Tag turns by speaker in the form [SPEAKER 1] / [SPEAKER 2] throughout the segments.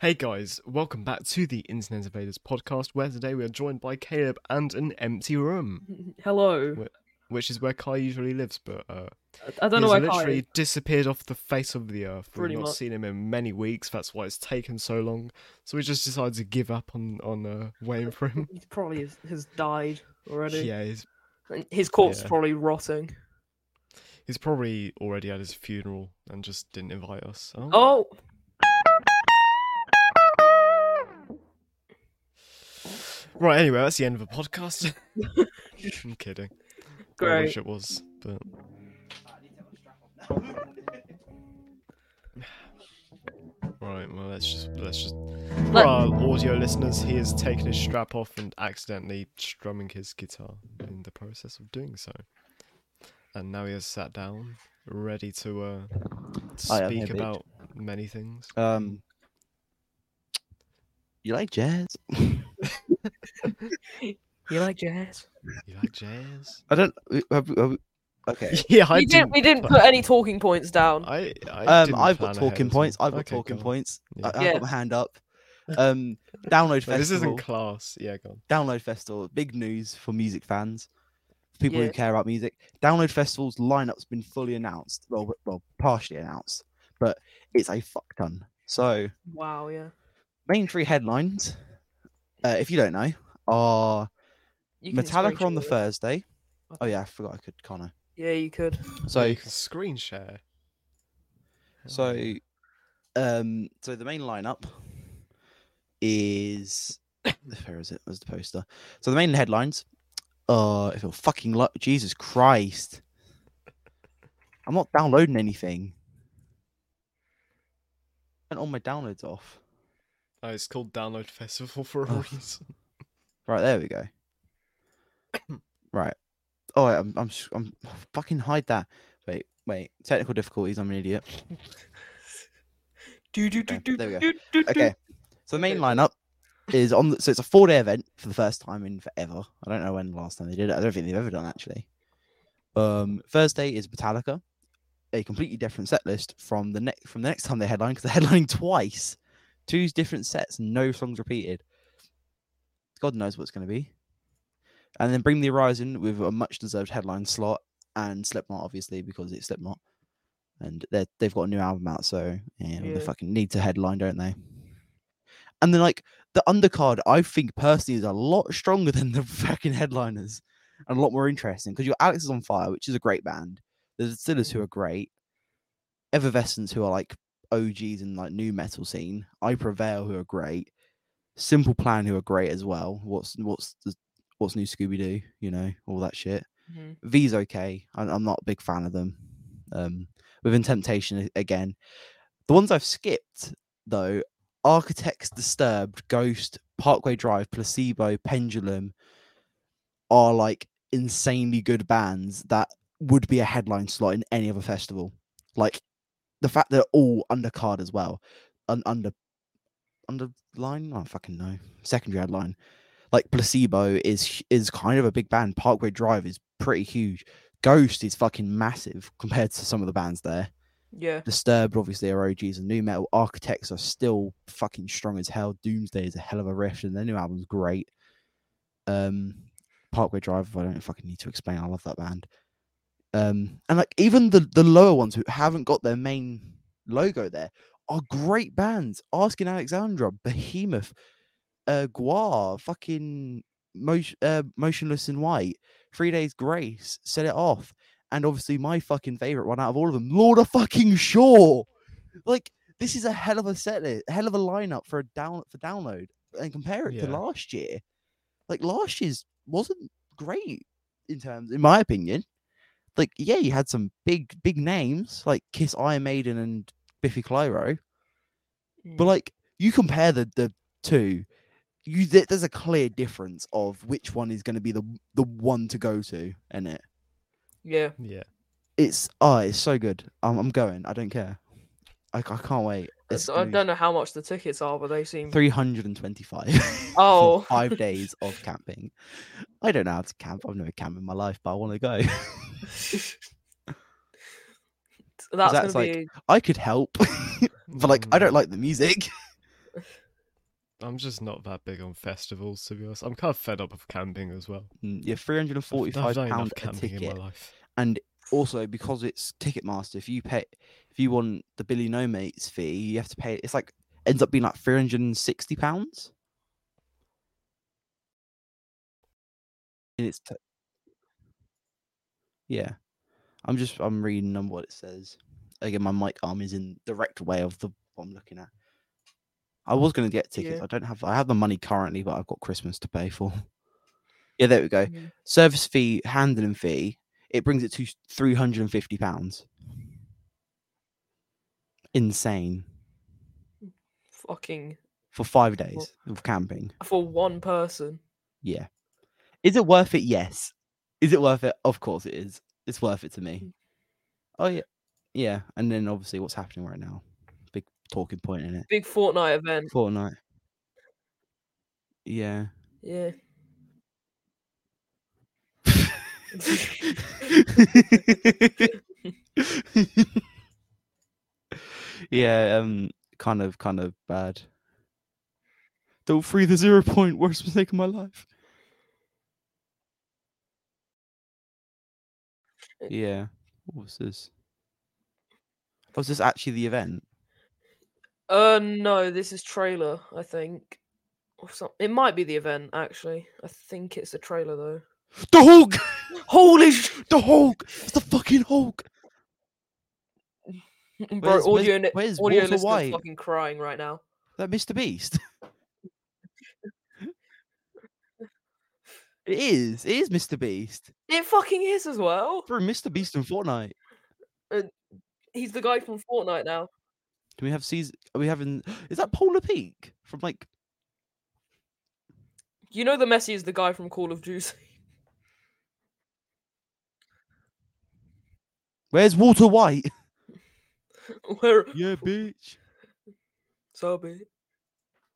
[SPEAKER 1] Hey guys, welcome back to the Internet Invaders podcast, where today we are joined by Caleb and an empty room,
[SPEAKER 2] Hello.
[SPEAKER 1] Wh- which is where Kai usually lives, but uh,
[SPEAKER 2] I don't know
[SPEAKER 1] he's
[SPEAKER 2] why
[SPEAKER 1] literally
[SPEAKER 2] Kai.
[SPEAKER 1] disappeared off the face of the earth.
[SPEAKER 2] Pretty
[SPEAKER 1] We've not
[SPEAKER 2] much.
[SPEAKER 1] seen him in many weeks. That's why it's taken so long. So we just decided to give up on on uh, waiting for him.
[SPEAKER 2] He probably has, has died already.
[SPEAKER 1] yeah, he's
[SPEAKER 2] And His corpse is
[SPEAKER 1] Yeah.
[SPEAKER 2] probably rotting.
[SPEAKER 1] he's probably already at his funeral and just didn't invite us.
[SPEAKER 2] Oh,
[SPEAKER 1] right. Anyway, that's the end of the podcast. I'm kidding. I
[SPEAKER 2] great.
[SPEAKER 1] wish it was, but right. Well, let's just let's just for
[SPEAKER 2] Let-
[SPEAKER 1] our audio listeners, he has taken his strap off and accidentally strumming his guitar in the process of doing so, and now he has sat down, ready to uh,
[SPEAKER 3] I am here,
[SPEAKER 1] speak
[SPEAKER 3] bitch.
[SPEAKER 1] about many things.
[SPEAKER 3] Um, you like jazz?
[SPEAKER 2] You like jazz?
[SPEAKER 1] You like jazz?
[SPEAKER 3] I don't. uh, have- have- okay.
[SPEAKER 1] yeah, I
[SPEAKER 2] we didn't.
[SPEAKER 1] didn't.
[SPEAKER 2] We didn't put any talking points down.
[SPEAKER 1] I, I
[SPEAKER 3] Um,
[SPEAKER 1] didn't
[SPEAKER 3] I've
[SPEAKER 1] plan
[SPEAKER 3] got
[SPEAKER 1] ahead
[SPEAKER 3] talking
[SPEAKER 1] at all.
[SPEAKER 3] points. I've got
[SPEAKER 1] Okay,
[SPEAKER 3] talking
[SPEAKER 1] go on.
[SPEAKER 3] points. I-
[SPEAKER 1] Yeah.
[SPEAKER 3] I've
[SPEAKER 2] Yeah.
[SPEAKER 3] got my hand up. Um, download
[SPEAKER 1] Wait,
[SPEAKER 3] festival.
[SPEAKER 1] this isn't class. Yeah, go on.
[SPEAKER 3] Download Festival, big news for music fans, for people
[SPEAKER 2] Yeah.
[SPEAKER 3] who care about music. Download Festival's lineup's been fully announced, well, w- well, partially announced, but it's a fuck ton. So,
[SPEAKER 2] Wow. Yeah.
[SPEAKER 3] main three headlines, uh, if you don't know, are
[SPEAKER 2] You can
[SPEAKER 3] Metallica on
[SPEAKER 2] screenshot
[SPEAKER 3] the
[SPEAKER 2] it.
[SPEAKER 3] Thursday. Oh yeah, I forgot I could Connor.
[SPEAKER 2] Yeah, you could.
[SPEAKER 3] So
[SPEAKER 1] you can screen share.
[SPEAKER 3] so um so the main lineup is where is it? Where's the poster? So the main headlines are if you're fucking luck Jesus Christ. I'm not downloading anything. And all my downloads off.
[SPEAKER 1] Oh, it's called Download Festival for a
[SPEAKER 3] Oh.
[SPEAKER 1] reason.
[SPEAKER 3] Right, there we go. right. Oh, I'm, I'm, sh- I'm fucking hide that. Wait, wait. Technical difficulties. I'm an idiot.
[SPEAKER 2] Do do do
[SPEAKER 3] Okay,
[SPEAKER 2] do
[SPEAKER 3] there we go.
[SPEAKER 2] do do. do.
[SPEAKER 3] Okay. So the main
[SPEAKER 2] Okay.
[SPEAKER 3] lineup is on. The, so it's a four-day event for the first time in forever. I don't know when the last time they did it. I don't think they've ever done actually. Um, Thursday is Metallica, a completely different set list from the next from the next time they headline because they're headlining twice, two different sets, no songs repeated. God knows what's going to be. And then Bring the Horizon with a much-deserved headline slot, and Slipknot obviously because it's Slipknot, and they they've got a new album out, so yeah,
[SPEAKER 2] Yeah.
[SPEAKER 3] they fucking need to headline, don't they? And then like the undercard, I think personally is a lot stronger than the fucking headliners, and a lot more interesting because your Alex is on fire, which is a great band. There's Distillers who are great, Evervescence who are like OGs in like new metal scene, I Prevail who are great, Simple Plan who are great as well. What's what's the, what's new Scooby Doo? You know all that shit.
[SPEAKER 2] Mhm.
[SPEAKER 3] V's okay. I- I'm not a big fan of them. Um, within Temptation a- again, the ones I've skipped though: Architects, Disturbed, Ghost, Parkway Drive, Placebo, Pendulum, are like insanely good bands that would be a headline slot in any other festival. Like the fact they're all undercard as well, un- under underline. I don't fucking know. Secondary headline. Like placebo is hu- is kind of a big band. Parkway Drive is pretty huge. Ghost is fucking massive compared to some of the bands there.
[SPEAKER 2] Yeah.
[SPEAKER 3] Disturbed obviously are OGs and new metal. Architects are still fucking strong as hell. Doomsday is a hell of a riff, and their new album's great. Um, Parkway Drive, I don't fucking need to explain. I love that band. Um, and like even the the lower ones who haven't got their main logo there are great bands. Asking Alexandra, Behemoth, uh, Guar, fucking Motion, uh, Motionless in White, Three Days Grace, Set It Off and obviously my fucking favorite one out of all of them, Lord of fucking Shore. Like this is a hell of a set, li- hell of a lineup for a down for download, and compare it to
[SPEAKER 1] Yeah.
[SPEAKER 3] last year. Like last year's wasn't great in terms, in my opinion. Like yeah, you had some big big names like Kiss, Iron Maiden, and Biffy Clyro, but like you compare the the two. You, there- there's a clear difference of which one is going to be the the one to go to, in it
[SPEAKER 2] Yeah.
[SPEAKER 1] Yeah.
[SPEAKER 3] it's oh, it's so good. I'm, I'm going. I don't care. I, I can't wait. It's
[SPEAKER 2] Uh, So I don't know how much the tickets are, but they seem.
[SPEAKER 3] three hundred and twenty-five.
[SPEAKER 2] Oh.
[SPEAKER 3] five days of camping. I don't know how to camp. I've never camped in my life, but I want to go.
[SPEAKER 2] That's, gonna
[SPEAKER 3] that's like-
[SPEAKER 2] be.
[SPEAKER 3] I could help, but like I don't
[SPEAKER 2] Hmm.
[SPEAKER 1] Mm.
[SPEAKER 3] like the music.
[SPEAKER 1] I'm just not that big on festivals, to be honest. I'm kind of fed up of camping as well.
[SPEAKER 3] Mm, Yeah, three hundred and
[SPEAKER 1] I've- I've
[SPEAKER 3] forty-five
[SPEAKER 1] done
[SPEAKER 3] pound
[SPEAKER 1] enough
[SPEAKER 3] a
[SPEAKER 1] camping in
[SPEAKER 3] ticket.
[SPEAKER 1] my life.
[SPEAKER 3] Also, because it's Ticketmaster, if you pay, if you want the Billy No Mates fee, you have to pay. It's like ends up being like three hundred and sixty pounds. And it's t- yeah. I'm just I'm reading on what it says. Again, my mic arm is in direct way of the what I'm looking at. I was going to get tickets.
[SPEAKER 2] Yeah.
[SPEAKER 3] I don't have I have the money currently, but I've got Christmas to pay for. Yeah, there we go
[SPEAKER 2] Yeah.
[SPEAKER 3] service fee, handling fee, it brings it to three hundred and fifty pounds. Insane
[SPEAKER 2] Fucking
[SPEAKER 3] for five days of camping.
[SPEAKER 2] for one person.
[SPEAKER 3] Yeah, is it worth it? Yes. Is it worth it? Of course it is. It's worth it to me.
[SPEAKER 2] Mm.
[SPEAKER 3] Oh yeah, yeah. And then obviously what's happening right now, big talking point in it.
[SPEAKER 2] Big Fortnite event.
[SPEAKER 3] Fortnite. Yeah.
[SPEAKER 2] Yeah.
[SPEAKER 3] yeah, um, kind of, kind of bad. Don't free the zero point. Worst mistake of my life. Yeah. What was this? Was this actually the event?
[SPEAKER 2] Uh no, this is trailer, I think. Or some- It might be the event actually. I think it's the trailer though.
[SPEAKER 3] The Hulk.
[SPEAKER 2] Holy sh-
[SPEAKER 3] The Hulk. It's the fucking Hulk.
[SPEAKER 2] bro!
[SPEAKER 3] Where's- where's-
[SPEAKER 2] audio ni-
[SPEAKER 3] where's
[SPEAKER 2] audio
[SPEAKER 3] Walter
[SPEAKER 2] listeners
[SPEAKER 3] White?
[SPEAKER 2] fucking crying right now.
[SPEAKER 3] That Mr. Beast. it is. It is Mr. Beast.
[SPEAKER 2] It fucking is as well.
[SPEAKER 3] Through Mr. Beast and Fortnite.
[SPEAKER 2] He's the guy from Fortnite now.
[SPEAKER 3] Do we have season? Are we having? Is that Polar Peak from like?
[SPEAKER 2] You know the Messi is the guy from Call of Duty.
[SPEAKER 3] Where's Walter White?
[SPEAKER 2] Where
[SPEAKER 3] yeah, bitch.
[SPEAKER 2] so be.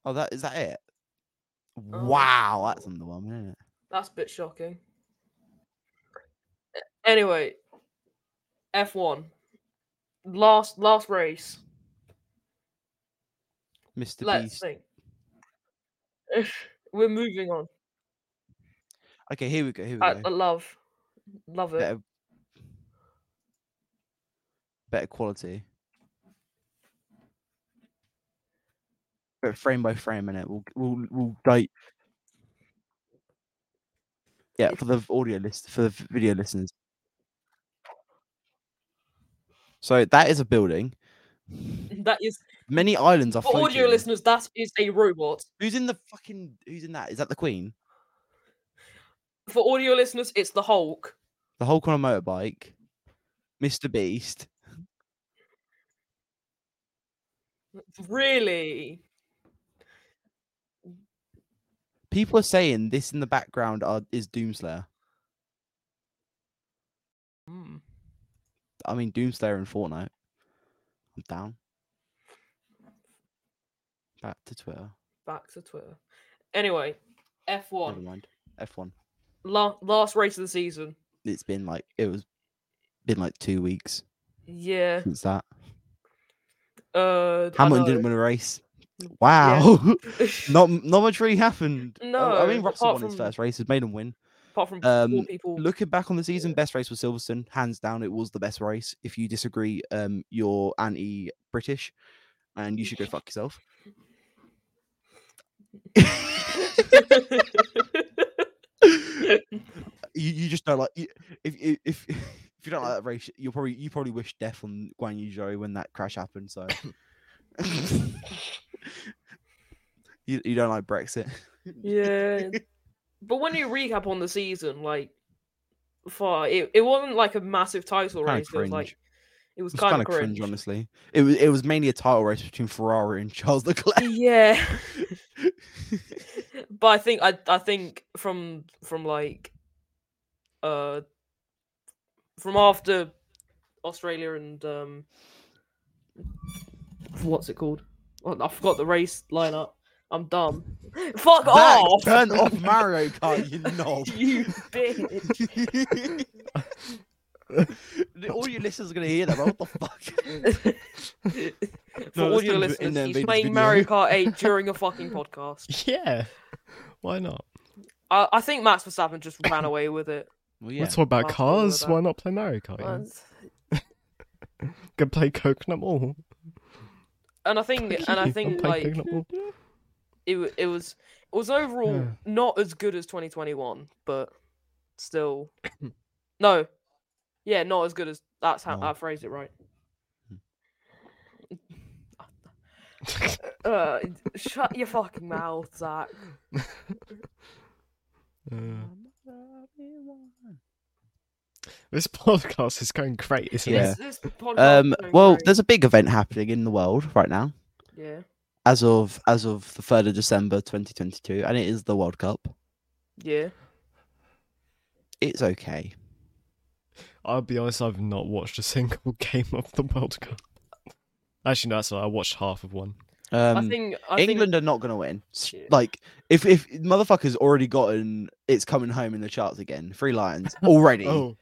[SPEAKER 3] Oh, that is that it. Oh. Wow, that's underwhelming, isn't it?
[SPEAKER 2] That's a bit shocking. A- Anyway, F one. Last last race.
[SPEAKER 3] Mr.
[SPEAKER 2] Let's
[SPEAKER 3] Beast.
[SPEAKER 2] think. We're moving on.
[SPEAKER 3] Okay, here we go. Here we
[SPEAKER 2] I,
[SPEAKER 3] go.
[SPEAKER 2] I love, love it.
[SPEAKER 3] better, better quality. But frame by frame, in it, we'll we'll we'll di- Yeah, for the audio list, for the v- video listeners. So that is a building.
[SPEAKER 2] That is
[SPEAKER 3] Many islands are
[SPEAKER 2] for audio
[SPEAKER 3] floating.
[SPEAKER 2] listeners. That is a robot.
[SPEAKER 3] Who's in the fucking? Who's in that? Is that the Queen?
[SPEAKER 2] For audio listeners, it's the Hulk.
[SPEAKER 3] The Hulk on a motorbike, Mr. Beast.
[SPEAKER 2] Really?
[SPEAKER 3] People are saying this in the background are, is Doomslayer.
[SPEAKER 2] Mm.
[SPEAKER 3] I mean, Doomslayer in Fortnite. I'm down. Back to Twitter.
[SPEAKER 2] Back to Twitter. Anyway, F
[SPEAKER 3] Never
[SPEAKER 2] one.
[SPEAKER 3] mind. F1.
[SPEAKER 2] La- last race of the season.
[SPEAKER 3] It's been like it was been like two weeks
[SPEAKER 2] Yeah.
[SPEAKER 3] since that.
[SPEAKER 2] Uh. I
[SPEAKER 3] Hamilton
[SPEAKER 2] know.
[SPEAKER 3] didn't win a race. Wow. not not much really happened. Uh, I mean,
[SPEAKER 2] No,
[SPEAKER 3] Russell
[SPEAKER 2] apart
[SPEAKER 3] won his
[SPEAKER 2] from-
[SPEAKER 3] first race. It made him win.
[SPEAKER 2] Apart from
[SPEAKER 3] um,
[SPEAKER 2] four people.
[SPEAKER 3] Looking back on the season, best race was Silverstone. Hands down, it was the best race. If you disagree, um, you're anti-British, and you should go fuck yourself. you, you just don't like you- if if if if you don't like that race, you'll probably you probably wish death on Guan Yu Zhou when that crash happened. So you you don't like Brexit.
[SPEAKER 2] yeah. But when you recap on the season, like, far it, it wasn't like a massive title
[SPEAKER 3] Kinda
[SPEAKER 2] race. It was
[SPEAKER 3] cringe.
[SPEAKER 2] like it was
[SPEAKER 3] It's
[SPEAKER 2] kind of
[SPEAKER 3] cringe.
[SPEAKER 2] cringe.
[SPEAKER 3] honestly. It was it was mainly a title race between Ferrari and Charles Leclerc.
[SPEAKER 2] yeah. but I think I I think from from like uh from after Australia and um what's it called? Oh, I forgot the race lineup. I'm dumb. Fuck
[SPEAKER 3] Zach,
[SPEAKER 2] off!
[SPEAKER 3] Turn off Mario Kart, you knob.
[SPEAKER 2] you bitch.
[SPEAKER 3] All your listeners are gonna hear that. but What the fuck?
[SPEAKER 2] For
[SPEAKER 3] No,
[SPEAKER 2] all
[SPEAKER 3] that's
[SPEAKER 2] your
[SPEAKER 3] in the- in
[SPEAKER 2] listeners, he's
[SPEAKER 3] the invaders
[SPEAKER 2] playing
[SPEAKER 3] video.
[SPEAKER 2] Mario Kart 8 during a fucking podcast.
[SPEAKER 1] Yeah. Why not?
[SPEAKER 2] I, I think Max Verstappen just ran away with it.
[SPEAKER 3] Well,
[SPEAKER 1] We'll
[SPEAKER 3] yeah.
[SPEAKER 1] talk about
[SPEAKER 2] I'll follow
[SPEAKER 1] cars.
[SPEAKER 2] that.
[SPEAKER 1] Why not play Mario Kart?
[SPEAKER 3] Oh,
[SPEAKER 1] yeah?
[SPEAKER 2] And,
[SPEAKER 1] Can play Coconut Mall.
[SPEAKER 2] and I think, and I
[SPEAKER 1] I'll
[SPEAKER 2] think
[SPEAKER 1] play
[SPEAKER 2] like
[SPEAKER 1] Coconut Mall.
[SPEAKER 2] it, wa- it was, it was overall
[SPEAKER 1] Yeah.
[SPEAKER 2] not as good as 2021, but still, no, yeah, not as good as that's how
[SPEAKER 3] No.
[SPEAKER 2] I phrased it right. Uh, shut your fucking mouth, Zach.
[SPEAKER 1] Uh, this podcast is going great, isn't
[SPEAKER 3] Yeah.
[SPEAKER 1] it?
[SPEAKER 2] This, this podcast
[SPEAKER 3] Um,
[SPEAKER 2] is going
[SPEAKER 3] well,
[SPEAKER 2] great.
[SPEAKER 3] there's a big event happening in the world right now.
[SPEAKER 2] yeah,
[SPEAKER 3] As of as of the third of December, 2022, and it is the World Cup.
[SPEAKER 2] yeah.
[SPEAKER 3] It's okay.
[SPEAKER 1] I'll be honest, I've not watched a single game of the World Cup. Actually, no, that's not. I watched half of one.
[SPEAKER 3] Um,
[SPEAKER 2] I think I
[SPEAKER 3] England are not going to win. S-
[SPEAKER 2] Yeah.
[SPEAKER 3] Like, if if motherfuckers already gotten it's coming home in the charts again, Free Lions already.
[SPEAKER 1] Oh,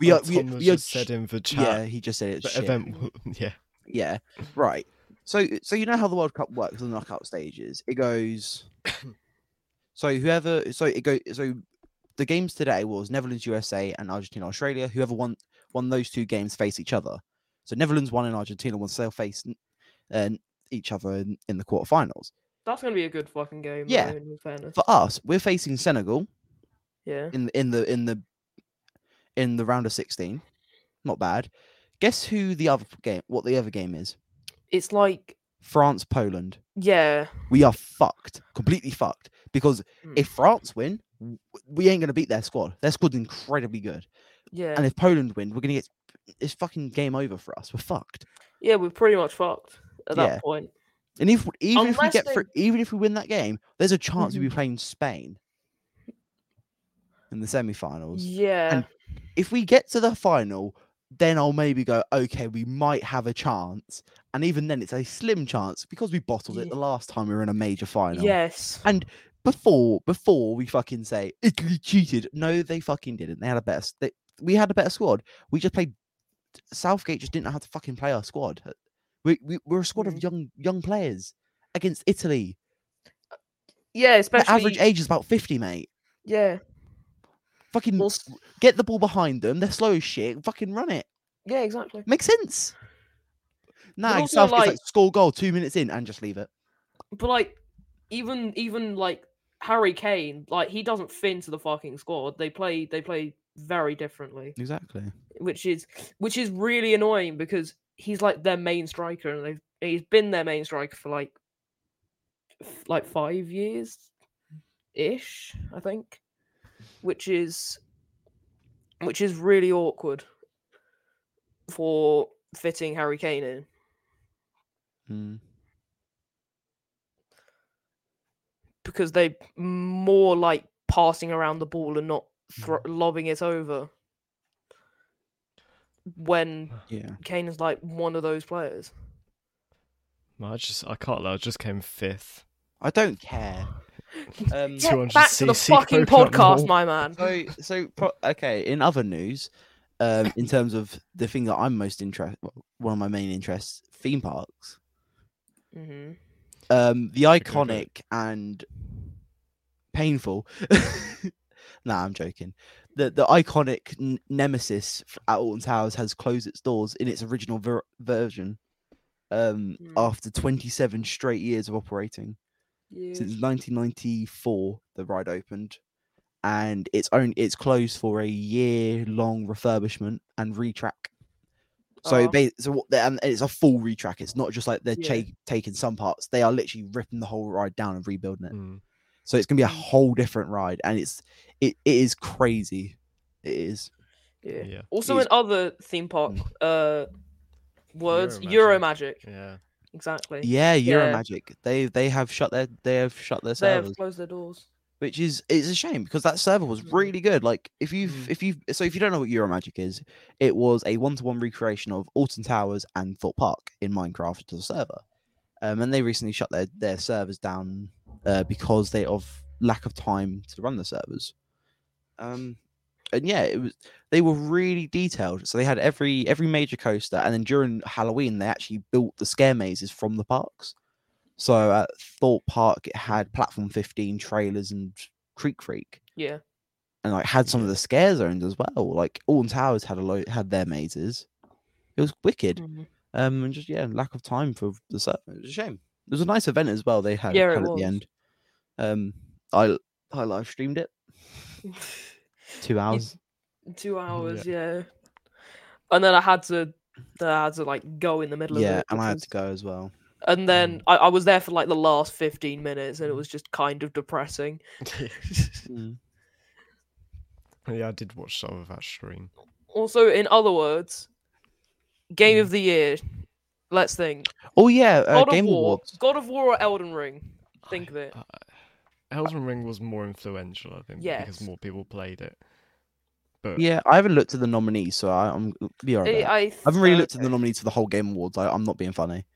[SPEAKER 3] we
[SPEAKER 1] oh,
[SPEAKER 3] are. We,
[SPEAKER 1] Tom has
[SPEAKER 3] we are
[SPEAKER 1] just said
[SPEAKER 3] sh-
[SPEAKER 1] in the
[SPEAKER 3] yeah,
[SPEAKER 1] chat.
[SPEAKER 3] he just said
[SPEAKER 1] the
[SPEAKER 3] it's shit.
[SPEAKER 1] event. w- Yeah.
[SPEAKER 3] Yeah, right. So, so you know how the World Cup works? The knockout stages. It goes. so whoever, so it goes. So the games today was Netherlands USA and Argentina Australia. Whoever won won those two games face each other. So Netherlands won and Argentina won. So they'll face n- uh, each other in, in the quarterfinals.
[SPEAKER 2] That's gonna be a good fucking game.
[SPEAKER 3] Yeah.
[SPEAKER 2] though, in all fairness.
[SPEAKER 3] For us, we're facing Senegal
[SPEAKER 2] yeah.
[SPEAKER 3] in the in the in the in the round of sixteen. Not bad. Guess who the other game? What the other game is?
[SPEAKER 2] It's like
[SPEAKER 3] France Poland.
[SPEAKER 2] yeah,
[SPEAKER 3] we are fucked, completely fucked. Because
[SPEAKER 2] Mm.
[SPEAKER 3] if France win, w- we ain't gonna beat their squad. Their squad's incredibly good,
[SPEAKER 2] yeah,
[SPEAKER 3] and if Poland win, we're gonna get it's fucking game over for us. We're fucked.
[SPEAKER 2] yeah. We're pretty much fucked at that
[SPEAKER 3] Yeah.
[SPEAKER 2] point.
[SPEAKER 3] And if even if we
[SPEAKER 2] Unless
[SPEAKER 3] get
[SPEAKER 2] they- Mm-hmm.
[SPEAKER 3] through, even if we win that game, there's a chance we'll be playing Spain in the semi-finals.
[SPEAKER 2] Yeah,
[SPEAKER 3] If we get to the final, then I'll maybe go okay. We might have a chance, and even then, it's a slim chance because we bottled it
[SPEAKER 2] Ye-
[SPEAKER 3] the last time we were in a major final.
[SPEAKER 2] yes,
[SPEAKER 3] before before we fucking say Italy cheated. No, they fucking didn't. They had a better. s- They, we had a better squad. We just played. Southgate just didn't know how to fucking play our squad. Uh, We, we we're a squad
[SPEAKER 2] Mhm.
[SPEAKER 3] of young young players against Italy.
[SPEAKER 2] yeah.
[SPEAKER 3] The
[SPEAKER 2] Especially
[SPEAKER 3] average age is about fifty, mate.
[SPEAKER 2] yeah,
[SPEAKER 3] Fucking
[SPEAKER 2] well, s-
[SPEAKER 3] get the ball behind them. They're slow as shit. Fucking run it.
[SPEAKER 2] yeah, exactly.
[SPEAKER 3] Makes sense. Nah,
[SPEAKER 2] also,
[SPEAKER 3] Southgate's like,
[SPEAKER 2] like-
[SPEAKER 3] score goal two minutes in and just leave it.
[SPEAKER 2] But like, even even like Harry Kane, like he doesn't fit into the fucking squad. They play they play very differently,
[SPEAKER 3] Exactly.
[SPEAKER 2] which is which is really annoying because he's like their main striker, and they've he's been their main striker for like f- like five years ish, I think, which is which is really awkward for fitting Harry Kane in.
[SPEAKER 3] Mm.
[SPEAKER 2] because they more like passing around the ball and not thro-
[SPEAKER 3] Mm.
[SPEAKER 2] lobbing it over. When
[SPEAKER 3] Yeah.
[SPEAKER 2] Kane is like one of those players,
[SPEAKER 1] No, I just, I can't lie. I just came fifth.
[SPEAKER 3] I don't care. Um,
[SPEAKER 1] Yeah,
[SPEAKER 2] get back to the
[SPEAKER 1] 200cc
[SPEAKER 2] fucking
[SPEAKER 1] coconut
[SPEAKER 2] podcast,
[SPEAKER 1] mall.
[SPEAKER 2] my man.
[SPEAKER 3] So, so pro- okay. In other news, um, in terms of the thing that I'm most interested, one of my main interests, theme parks.
[SPEAKER 2] hmm
[SPEAKER 3] Um, the
[SPEAKER 1] okay.
[SPEAKER 3] iconic and painful. nah, I'm joking. The the iconic n- Nemesis f- at Alton Towers has closed its doors in its original ver- version. Um,
[SPEAKER 2] Mm.
[SPEAKER 3] after 27 straight years of operating since 1994 the ride opened and it's own it's closed for a year long refurbishment and retrack so
[SPEAKER 2] Oh.
[SPEAKER 3] ba- so what they- and it's a full retrack it's not just like they're
[SPEAKER 2] Yeah.
[SPEAKER 3] cha- taking some parts they are literally ripping the whole ride down and rebuilding it
[SPEAKER 1] Mm.
[SPEAKER 3] so it's going to be a
[SPEAKER 2] Mm.
[SPEAKER 3] whole different ride and it's it, it is crazy it is
[SPEAKER 2] Yeah.
[SPEAKER 1] Yeah.
[SPEAKER 2] Also,
[SPEAKER 3] He's-
[SPEAKER 2] in other theme park
[SPEAKER 3] Mm.
[SPEAKER 2] uh, words, Euro
[SPEAKER 1] Euromagic.
[SPEAKER 2] Magic,
[SPEAKER 1] Yeah.
[SPEAKER 2] exactly.
[SPEAKER 3] yeah
[SPEAKER 2] Yeah.
[SPEAKER 3] euromagic they they have shut their they have shut their
[SPEAKER 2] they
[SPEAKER 3] servers
[SPEAKER 2] have closed their doors.
[SPEAKER 3] which is it's a shame because that server was
[SPEAKER 2] Mm.
[SPEAKER 3] really good. Like if you've
[SPEAKER 1] Mm.
[SPEAKER 3] if you've so if you don't know what Euromagic is, it was a one to one recreation of Alton Towers and Thorpe Park in Minecraft to the server. Um, and they recently shut their, their servers down uh, because they of lack of time to run the servers. Um, and yeah, it was they were really detailed. So they had every every major coaster, and then during Halloween they actually built the scare mazes from the parks. So at Thorpe Park, it had platform fifteen trailers and Creek Creek,
[SPEAKER 2] Yeah.
[SPEAKER 3] and like had some of the scare zones as well. Like Alton Towers had a lo- had their mazes. It was
[SPEAKER 2] Hmm.
[SPEAKER 3] wicked.
[SPEAKER 2] Mm-hmm.
[SPEAKER 3] Um, and just yeah, lack of time for the set. It was a shame. It was a nice event as well. They had
[SPEAKER 2] Yeah, it
[SPEAKER 3] kind of at
[SPEAKER 2] was.
[SPEAKER 3] the end. Um, I I live streamed it two hours.
[SPEAKER 2] Two hours, yeah. And then I had to, then I had to like go in the middle of
[SPEAKER 3] Yeah,
[SPEAKER 2] it.
[SPEAKER 3] and I had
[SPEAKER 2] because-
[SPEAKER 3] to go as well.
[SPEAKER 2] and
[SPEAKER 3] Mm.
[SPEAKER 2] then I, I was there for like the last fifteen minutes, and it was just kind of depressing. Hmm.
[SPEAKER 1] yeah, I did watch some of that stream.
[SPEAKER 2] Also, in other words, game of the year. Let's think.
[SPEAKER 3] Oh yeah, Mm. uh,
[SPEAKER 2] God
[SPEAKER 3] Game
[SPEAKER 2] of War,
[SPEAKER 3] Awards.
[SPEAKER 2] God of War or Elden Ring. Think of it.
[SPEAKER 1] Uh, Elden Ring was more influential, I think,
[SPEAKER 2] Yes.
[SPEAKER 1] because more people played it. But
[SPEAKER 3] Yeah, I haven't looked at the nominees, so I, I'm be alright.
[SPEAKER 2] I,
[SPEAKER 3] I,
[SPEAKER 2] I
[SPEAKER 3] haven't really
[SPEAKER 2] uh,
[SPEAKER 3] looked at the nominees for the whole Game Awards. I, I'm not being funny.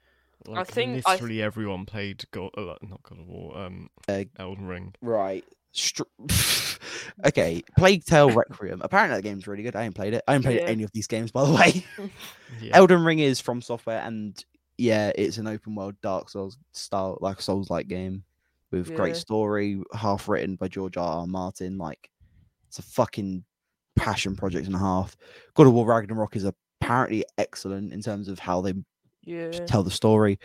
[SPEAKER 1] like,
[SPEAKER 2] think I-
[SPEAKER 1] literally everyone played God, uh, not God of War, um,
[SPEAKER 3] Uh,
[SPEAKER 1] Elden Ring.
[SPEAKER 3] Right. Str- okay, Plague Tale Requiem. Apparently that game's really good. I ain't played it. I ain't played
[SPEAKER 2] Yeah.
[SPEAKER 3] any of these games, by the way.
[SPEAKER 1] Yeah,
[SPEAKER 3] Elden Ring is from software, and yeah, it's an open world Dark Souls style, like Souls like game with great
[SPEAKER 2] Yeah.
[SPEAKER 3] story, half written by George R. R. Martin. Like, it's a fucking passion project and a half. God of War Ragnarok is apparently excellent in terms of how they
[SPEAKER 2] Yeah.
[SPEAKER 3] just tell the story.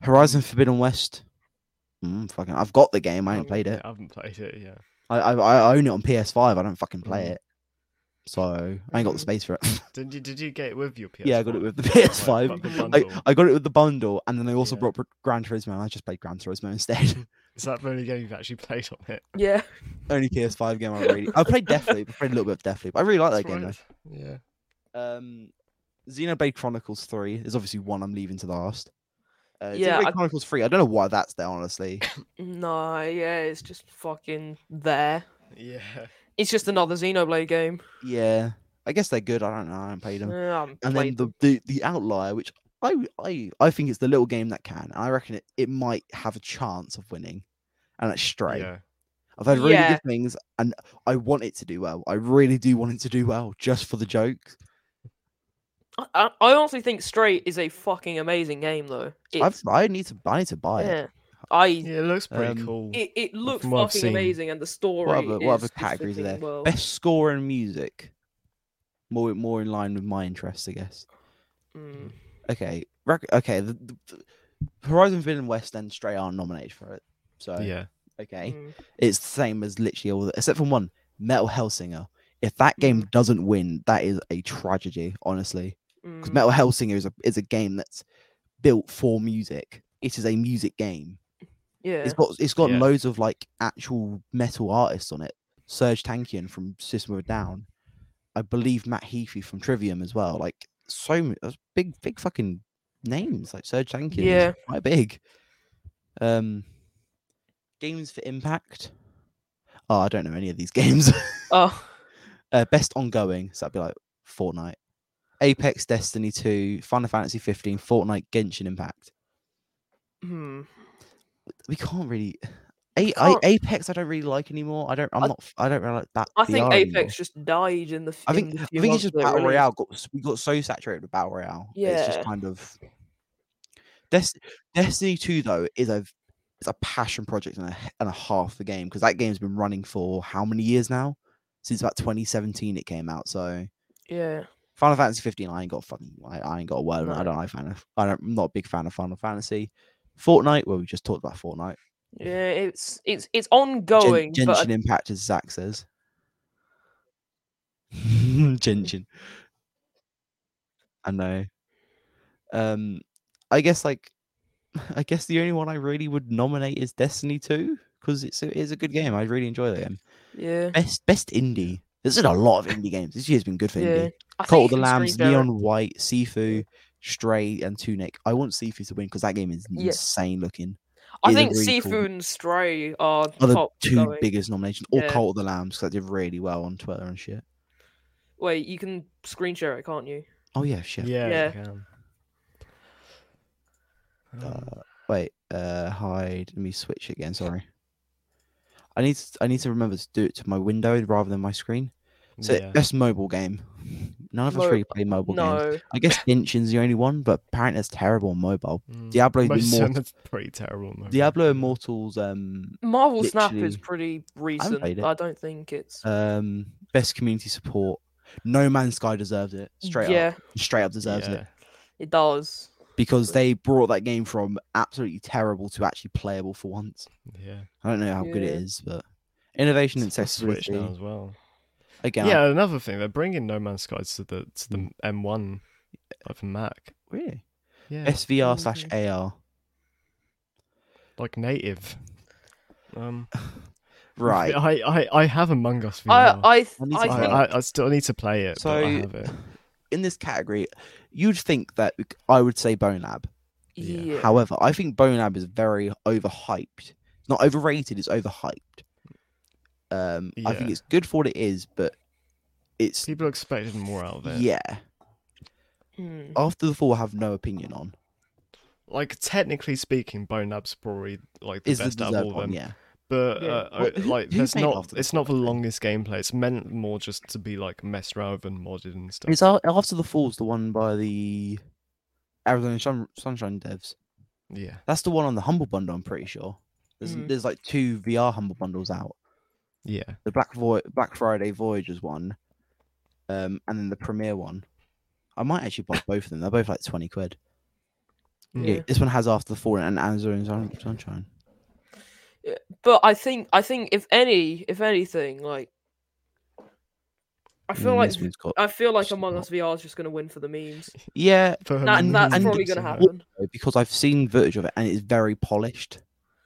[SPEAKER 3] Horizon Forbidden West. Mm, fucking, I've got the game. I ain't played it.
[SPEAKER 1] I haven't played it. Yeah,
[SPEAKER 3] I, I I own it on PS5. I don't fucking play
[SPEAKER 1] Mm.
[SPEAKER 3] it, so I ain't got the
[SPEAKER 2] Mm.
[SPEAKER 3] space for it.
[SPEAKER 1] did you? Did you get it with your PS?
[SPEAKER 3] yeah, I got it with the PS5.
[SPEAKER 2] the
[SPEAKER 3] I,
[SPEAKER 1] bundle.
[SPEAKER 3] I got it with the bundle, and then I also
[SPEAKER 1] Yeah.
[SPEAKER 3] brought brought Br- Gran Turismo, and I just played Gran Turismo instead.
[SPEAKER 1] Is that the only game you've actually played on it?
[SPEAKER 2] Yeah.
[SPEAKER 3] Only PS5 game I really. I played Deathloop. I played a little bit of Deathloop. I really like that
[SPEAKER 1] That's
[SPEAKER 3] game
[SPEAKER 1] right. Yeah.
[SPEAKER 3] though. Um, Xenoblade Chronicles Three is obviously one I'm leaving to last. Uh,
[SPEAKER 2] Yeah,
[SPEAKER 3] Xenoblade
[SPEAKER 2] I-
[SPEAKER 3] Chronicles Three. I don't know why that's there. Honestly,
[SPEAKER 2] No, yeah, it's just fucking there.
[SPEAKER 1] Yeah.
[SPEAKER 2] It's just another Xenoblade game.
[SPEAKER 3] yeah. I guess they're good. I don't know. I haven't played them.
[SPEAKER 2] Yeah, I'm
[SPEAKER 3] and then
[SPEAKER 2] played-
[SPEAKER 3] the, the the outlier, which I I I think it's the little game that can. and I reckon it, it might have a chance of winning, and that's Stray.
[SPEAKER 1] Yeah.
[SPEAKER 3] I've heard really
[SPEAKER 2] Yeah.
[SPEAKER 3] good things, and I want it to do well. I really do want it to do well, just for the joke.
[SPEAKER 2] I, I I honestly think Straight is a fucking amazing game, though.
[SPEAKER 3] I've,
[SPEAKER 2] It's,
[SPEAKER 3] I need to I need to buy it.
[SPEAKER 2] yeah, I
[SPEAKER 1] Yeah, it looks pretty
[SPEAKER 3] Um,
[SPEAKER 1] cool.
[SPEAKER 2] it, it looks
[SPEAKER 1] from what I've
[SPEAKER 2] fucking
[SPEAKER 1] seen.
[SPEAKER 2] amazing, and the story.
[SPEAKER 3] What other, what
[SPEAKER 2] is
[SPEAKER 3] other
[SPEAKER 2] just
[SPEAKER 3] categories are
[SPEAKER 2] fucking
[SPEAKER 3] there?
[SPEAKER 2] well.
[SPEAKER 3] Best score and music, more more in line with my interests, I guess.
[SPEAKER 2] Mm.
[SPEAKER 3] Okay, rec- okay. The, the, the Horizon Forbidden West and Stray are nominated for it. So
[SPEAKER 1] Yeah.
[SPEAKER 3] okay.
[SPEAKER 2] Mm.
[SPEAKER 3] It's the same as literally all, the, except for one, Metal Hellsinger. If that game doesn't win, that is a tragedy, honestly. Because
[SPEAKER 2] Mm.
[SPEAKER 3] Metal Hellsinger is a is a game that's built for music. It is a music game.
[SPEAKER 2] yeah,
[SPEAKER 3] It's got it's got
[SPEAKER 1] Yeah.
[SPEAKER 3] loads of like actual metal artists on it. Serge Tankian from System of a Down, I believe Matt Heafy from Trivium as well. Like so m- that's big big fucking names like Serge Tankian. is
[SPEAKER 2] Yeah.
[SPEAKER 3] quite big. Um, games for impact. Oh, I don't know any of these games.
[SPEAKER 2] oh,
[SPEAKER 3] uh, best ongoing, so that'd be like Fortnite, Apex, Destiny Two, Final Fantasy Fifteen, Fortnite, Genshin Impact
[SPEAKER 2] hmm.
[SPEAKER 3] we can't really. A- I,
[SPEAKER 2] can't-
[SPEAKER 3] Apex, I don't really like anymore. I don't. I'm
[SPEAKER 2] I-
[SPEAKER 3] not. f- I don't really like that.
[SPEAKER 2] I think
[SPEAKER 3] VR
[SPEAKER 2] Apex
[SPEAKER 3] anymore.
[SPEAKER 2] just died in the. f-
[SPEAKER 3] I
[SPEAKER 2] in
[SPEAKER 3] think.
[SPEAKER 2] the
[SPEAKER 3] I
[SPEAKER 2] few
[SPEAKER 3] think
[SPEAKER 2] months
[SPEAKER 3] it's just
[SPEAKER 2] that it
[SPEAKER 3] battle
[SPEAKER 2] released.
[SPEAKER 3] royale. Got s- we got so saturated with battle royale. It's
[SPEAKER 2] Yeah.
[SPEAKER 3] just kind of. Dest- Destiny Two though is a it's a passion project and a h- and a half the game because that game's been running for how many years now? Since about 2017 it came out. So
[SPEAKER 2] Yeah,
[SPEAKER 3] Final Fantasy 15, I ain't got a fucking. I, I ain't got a word. on it. I
[SPEAKER 2] No.
[SPEAKER 3] don't like Final. I don't, I'm not a big fan of Final Fantasy. Fortnite, well, we just talked about Fortnite.
[SPEAKER 2] yeah, it's it's it's
[SPEAKER 3] Gen-
[SPEAKER 2] ongoing,
[SPEAKER 3] Genshin
[SPEAKER 2] but uh, I-
[SPEAKER 3] Impact, as Zach says. Genshin. I know. Um, I guess like, I guess the only one I really would nominate is Destiny Two because it's a, it's a good game. I really enjoy the game.
[SPEAKER 2] yeah,
[SPEAKER 3] Best best indie. There's been a lot of indie games. This year's been good for
[SPEAKER 2] yeah.
[SPEAKER 3] indie.
[SPEAKER 2] I
[SPEAKER 3] Cult
[SPEAKER 2] think
[SPEAKER 3] of the
[SPEAKER 2] you can
[SPEAKER 3] Lambs,
[SPEAKER 2] screen share it.
[SPEAKER 3] Neon White, Sifu, Stray, and Tunic. I want Sifu to win because that game is
[SPEAKER 2] Yeah.
[SPEAKER 3] insane looking.
[SPEAKER 2] I
[SPEAKER 3] is a
[SPEAKER 2] think
[SPEAKER 3] really cool-
[SPEAKER 2] Seafood and Stray are
[SPEAKER 3] Are the
[SPEAKER 2] top
[SPEAKER 3] two
[SPEAKER 2] going.
[SPEAKER 3] biggest nominations, or
[SPEAKER 2] Yeah.
[SPEAKER 3] Cult of the Lambs because that did really well on Twitter and shit.
[SPEAKER 2] Wait, you can screen share it, can't you?
[SPEAKER 3] Oh yeah, shit.
[SPEAKER 1] Yeah.
[SPEAKER 2] Yeah.
[SPEAKER 1] You can.
[SPEAKER 3] Uh,
[SPEAKER 1] Um,
[SPEAKER 3] wait, uh, hide. Let me switch again. Sorry. I need to, I need to remember to do it to my window rather than my screen. So
[SPEAKER 1] yeah.
[SPEAKER 3] best mobile game. None of us
[SPEAKER 2] Mo-
[SPEAKER 3] really play mobile games.
[SPEAKER 2] No,
[SPEAKER 3] I guess Genshin's the only one, but apparently it's terrible on mobile.
[SPEAKER 1] Mm.
[SPEAKER 3] Diablo
[SPEAKER 1] Most of
[SPEAKER 3] Immortal,
[SPEAKER 1] them are pretty terrible. no.
[SPEAKER 3] Diablo Immortals, um,
[SPEAKER 2] Marvel Snap is
[SPEAKER 3] Literally.
[SPEAKER 2] pretty recent.
[SPEAKER 3] played it.
[SPEAKER 2] I don't think it's.
[SPEAKER 3] um, best community support. No Man's Sky deserves it. Straight
[SPEAKER 2] yeah,
[SPEAKER 3] up, straight up deserves it
[SPEAKER 1] Yeah.
[SPEAKER 2] it does.
[SPEAKER 3] because they brought that game from absolutely terrible to actually playable for once.
[SPEAKER 1] Yeah.
[SPEAKER 3] I don't know how good it
[SPEAKER 2] Yeah.
[SPEAKER 3] is, but innovation and
[SPEAKER 1] It's on Switch
[SPEAKER 3] accessibility.
[SPEAKER 1] now as well.
[SPEAKER 3] Again,
[SPEAKER 1] Yeah.
[SPEAKER 3] yeah,
[SPEAKER 1] Another thing, they're bringing No Man's Sky to the to the
[SPEAKER 3] Mm.
[SPEAKER 1] M1 like Mac.
[SPEAKER 3] really.
[SPEAKER 1] Yeah.
[SPEAKER 3] SVR slash AR.
[SPEAKER 1] Like native. Um.
[SPEAKER 3] Right.
[SPEAKER 1] I I, I have Among Us VR.
[SPEAKER 2] I I th-
[SPEAKER 3] I need
[SPEAKER 2] I
[SPEAKER 1] I,
[SPEAKER 2] think
[SPEAKER 3] to play it.
[SPEAKER 1] I, I still need to play it. but I
[SPEAKER 3] So-
[SPEAKER 1] have it.
[SPEAKER 3] In this category, you'd think that I would say Bone Lab.
[SPEAKER 1] Yeah.
[SPEAKER 2] yeah.
[SPEAKER 3] However, I think Bone Lab is very overhyped. It's not overrated, it's overhyped. Um, I think
[SPEAKER 1] Yeah.
[SPEAKER 3] it's good for what it is, but it's
[SPEAKER 1] people expected more out of it.
[SPEAKER 3] yeah.
[SPEAKER 2] Hmm.
[SPEAKER 3] After the fall, I have no opinion on.
[SPEAKER 1] Like technically speaking, Bone Lab's probably like the
[SPEAKER 3] Is the
[SPEAKER 1] best out of
[SPEAKER 3] deserved
[SPEAKER 1] all of
[SPEAKER 3] one?
[SPEAKER 1] them.
[SPEAKER 3] Yeah,
[SPEAKER 1] But
[SPEAKER 2] Yeah.
[SPEAKER 1] uh,
[SPEAKER 3] Well,
[SPEAKER 1] I-
[SPEAKER 3] who-
[SPEAKER 1] like,
[SPEAKER 3] who
[SPEAKER 1] there's
[SPEAKER 3] made
[SPEAKER 1] not.
[SPEAKER 3] After the
[SPEAKER 1] It's not the
[SPEAKER 3] Fall, I think?
[SPEAKER 1] longest gameplay. It's meant more just to be like messed around and modded and stuff.
[SPEAKER 3] it's Al- after the fall's the one by the Arizona Sun- Sunshine devs.
[SPEAKER 1] Yeah.
[SPEAKER 3] That's the one on the Humble Bundle. I'm pretty sure. There's
[SPEAKER 2] Mm.
[SPEAKER 3] there's like two VR Humble Bundles out.
[SPEAKER 1] Yeah.
[SPEAKER 3] The Black Voy- Black Friday Voyage was one, um, and then the Premiere one. I might actually buy both of them. They're both like twenty quid. Yeah.
[SPEAKER 2] Yeah.
[SPEAKER 3] this one has After the Fall and Arizona Sun- Sunshine.
[SPEAKER 2] But I think I think if any if anything like I
[SPEAKER 3] And
[SPEAKER 2] feel
[SPEAKER 3] then
[SPEAKER 2] like
[SPEAKER 3] this one's got-
[SPEAKER 2] I feel like
[SPEAKER 3] Just
[SPEAKER 2] Among
[SPEAKER 3] not.
[SPEAKER 2] Us VR is just going to win for the memes.
[SPEAKER 3] yeah,
[SPEAKER 1] For her
[SPEAKER 2] That,
[SPEAKER 1] memes
[SPEAKER 2] that's
[SPEAKER 1] and
[SPEAKER 2] probably
[SPEAKER 1] stuff
[SPEAKER 2] going to
[SPEAKER 1] like that.
[SPEAKER 2] happen.
[SPEAKER 3] because I've seen footage of it and it's very polished.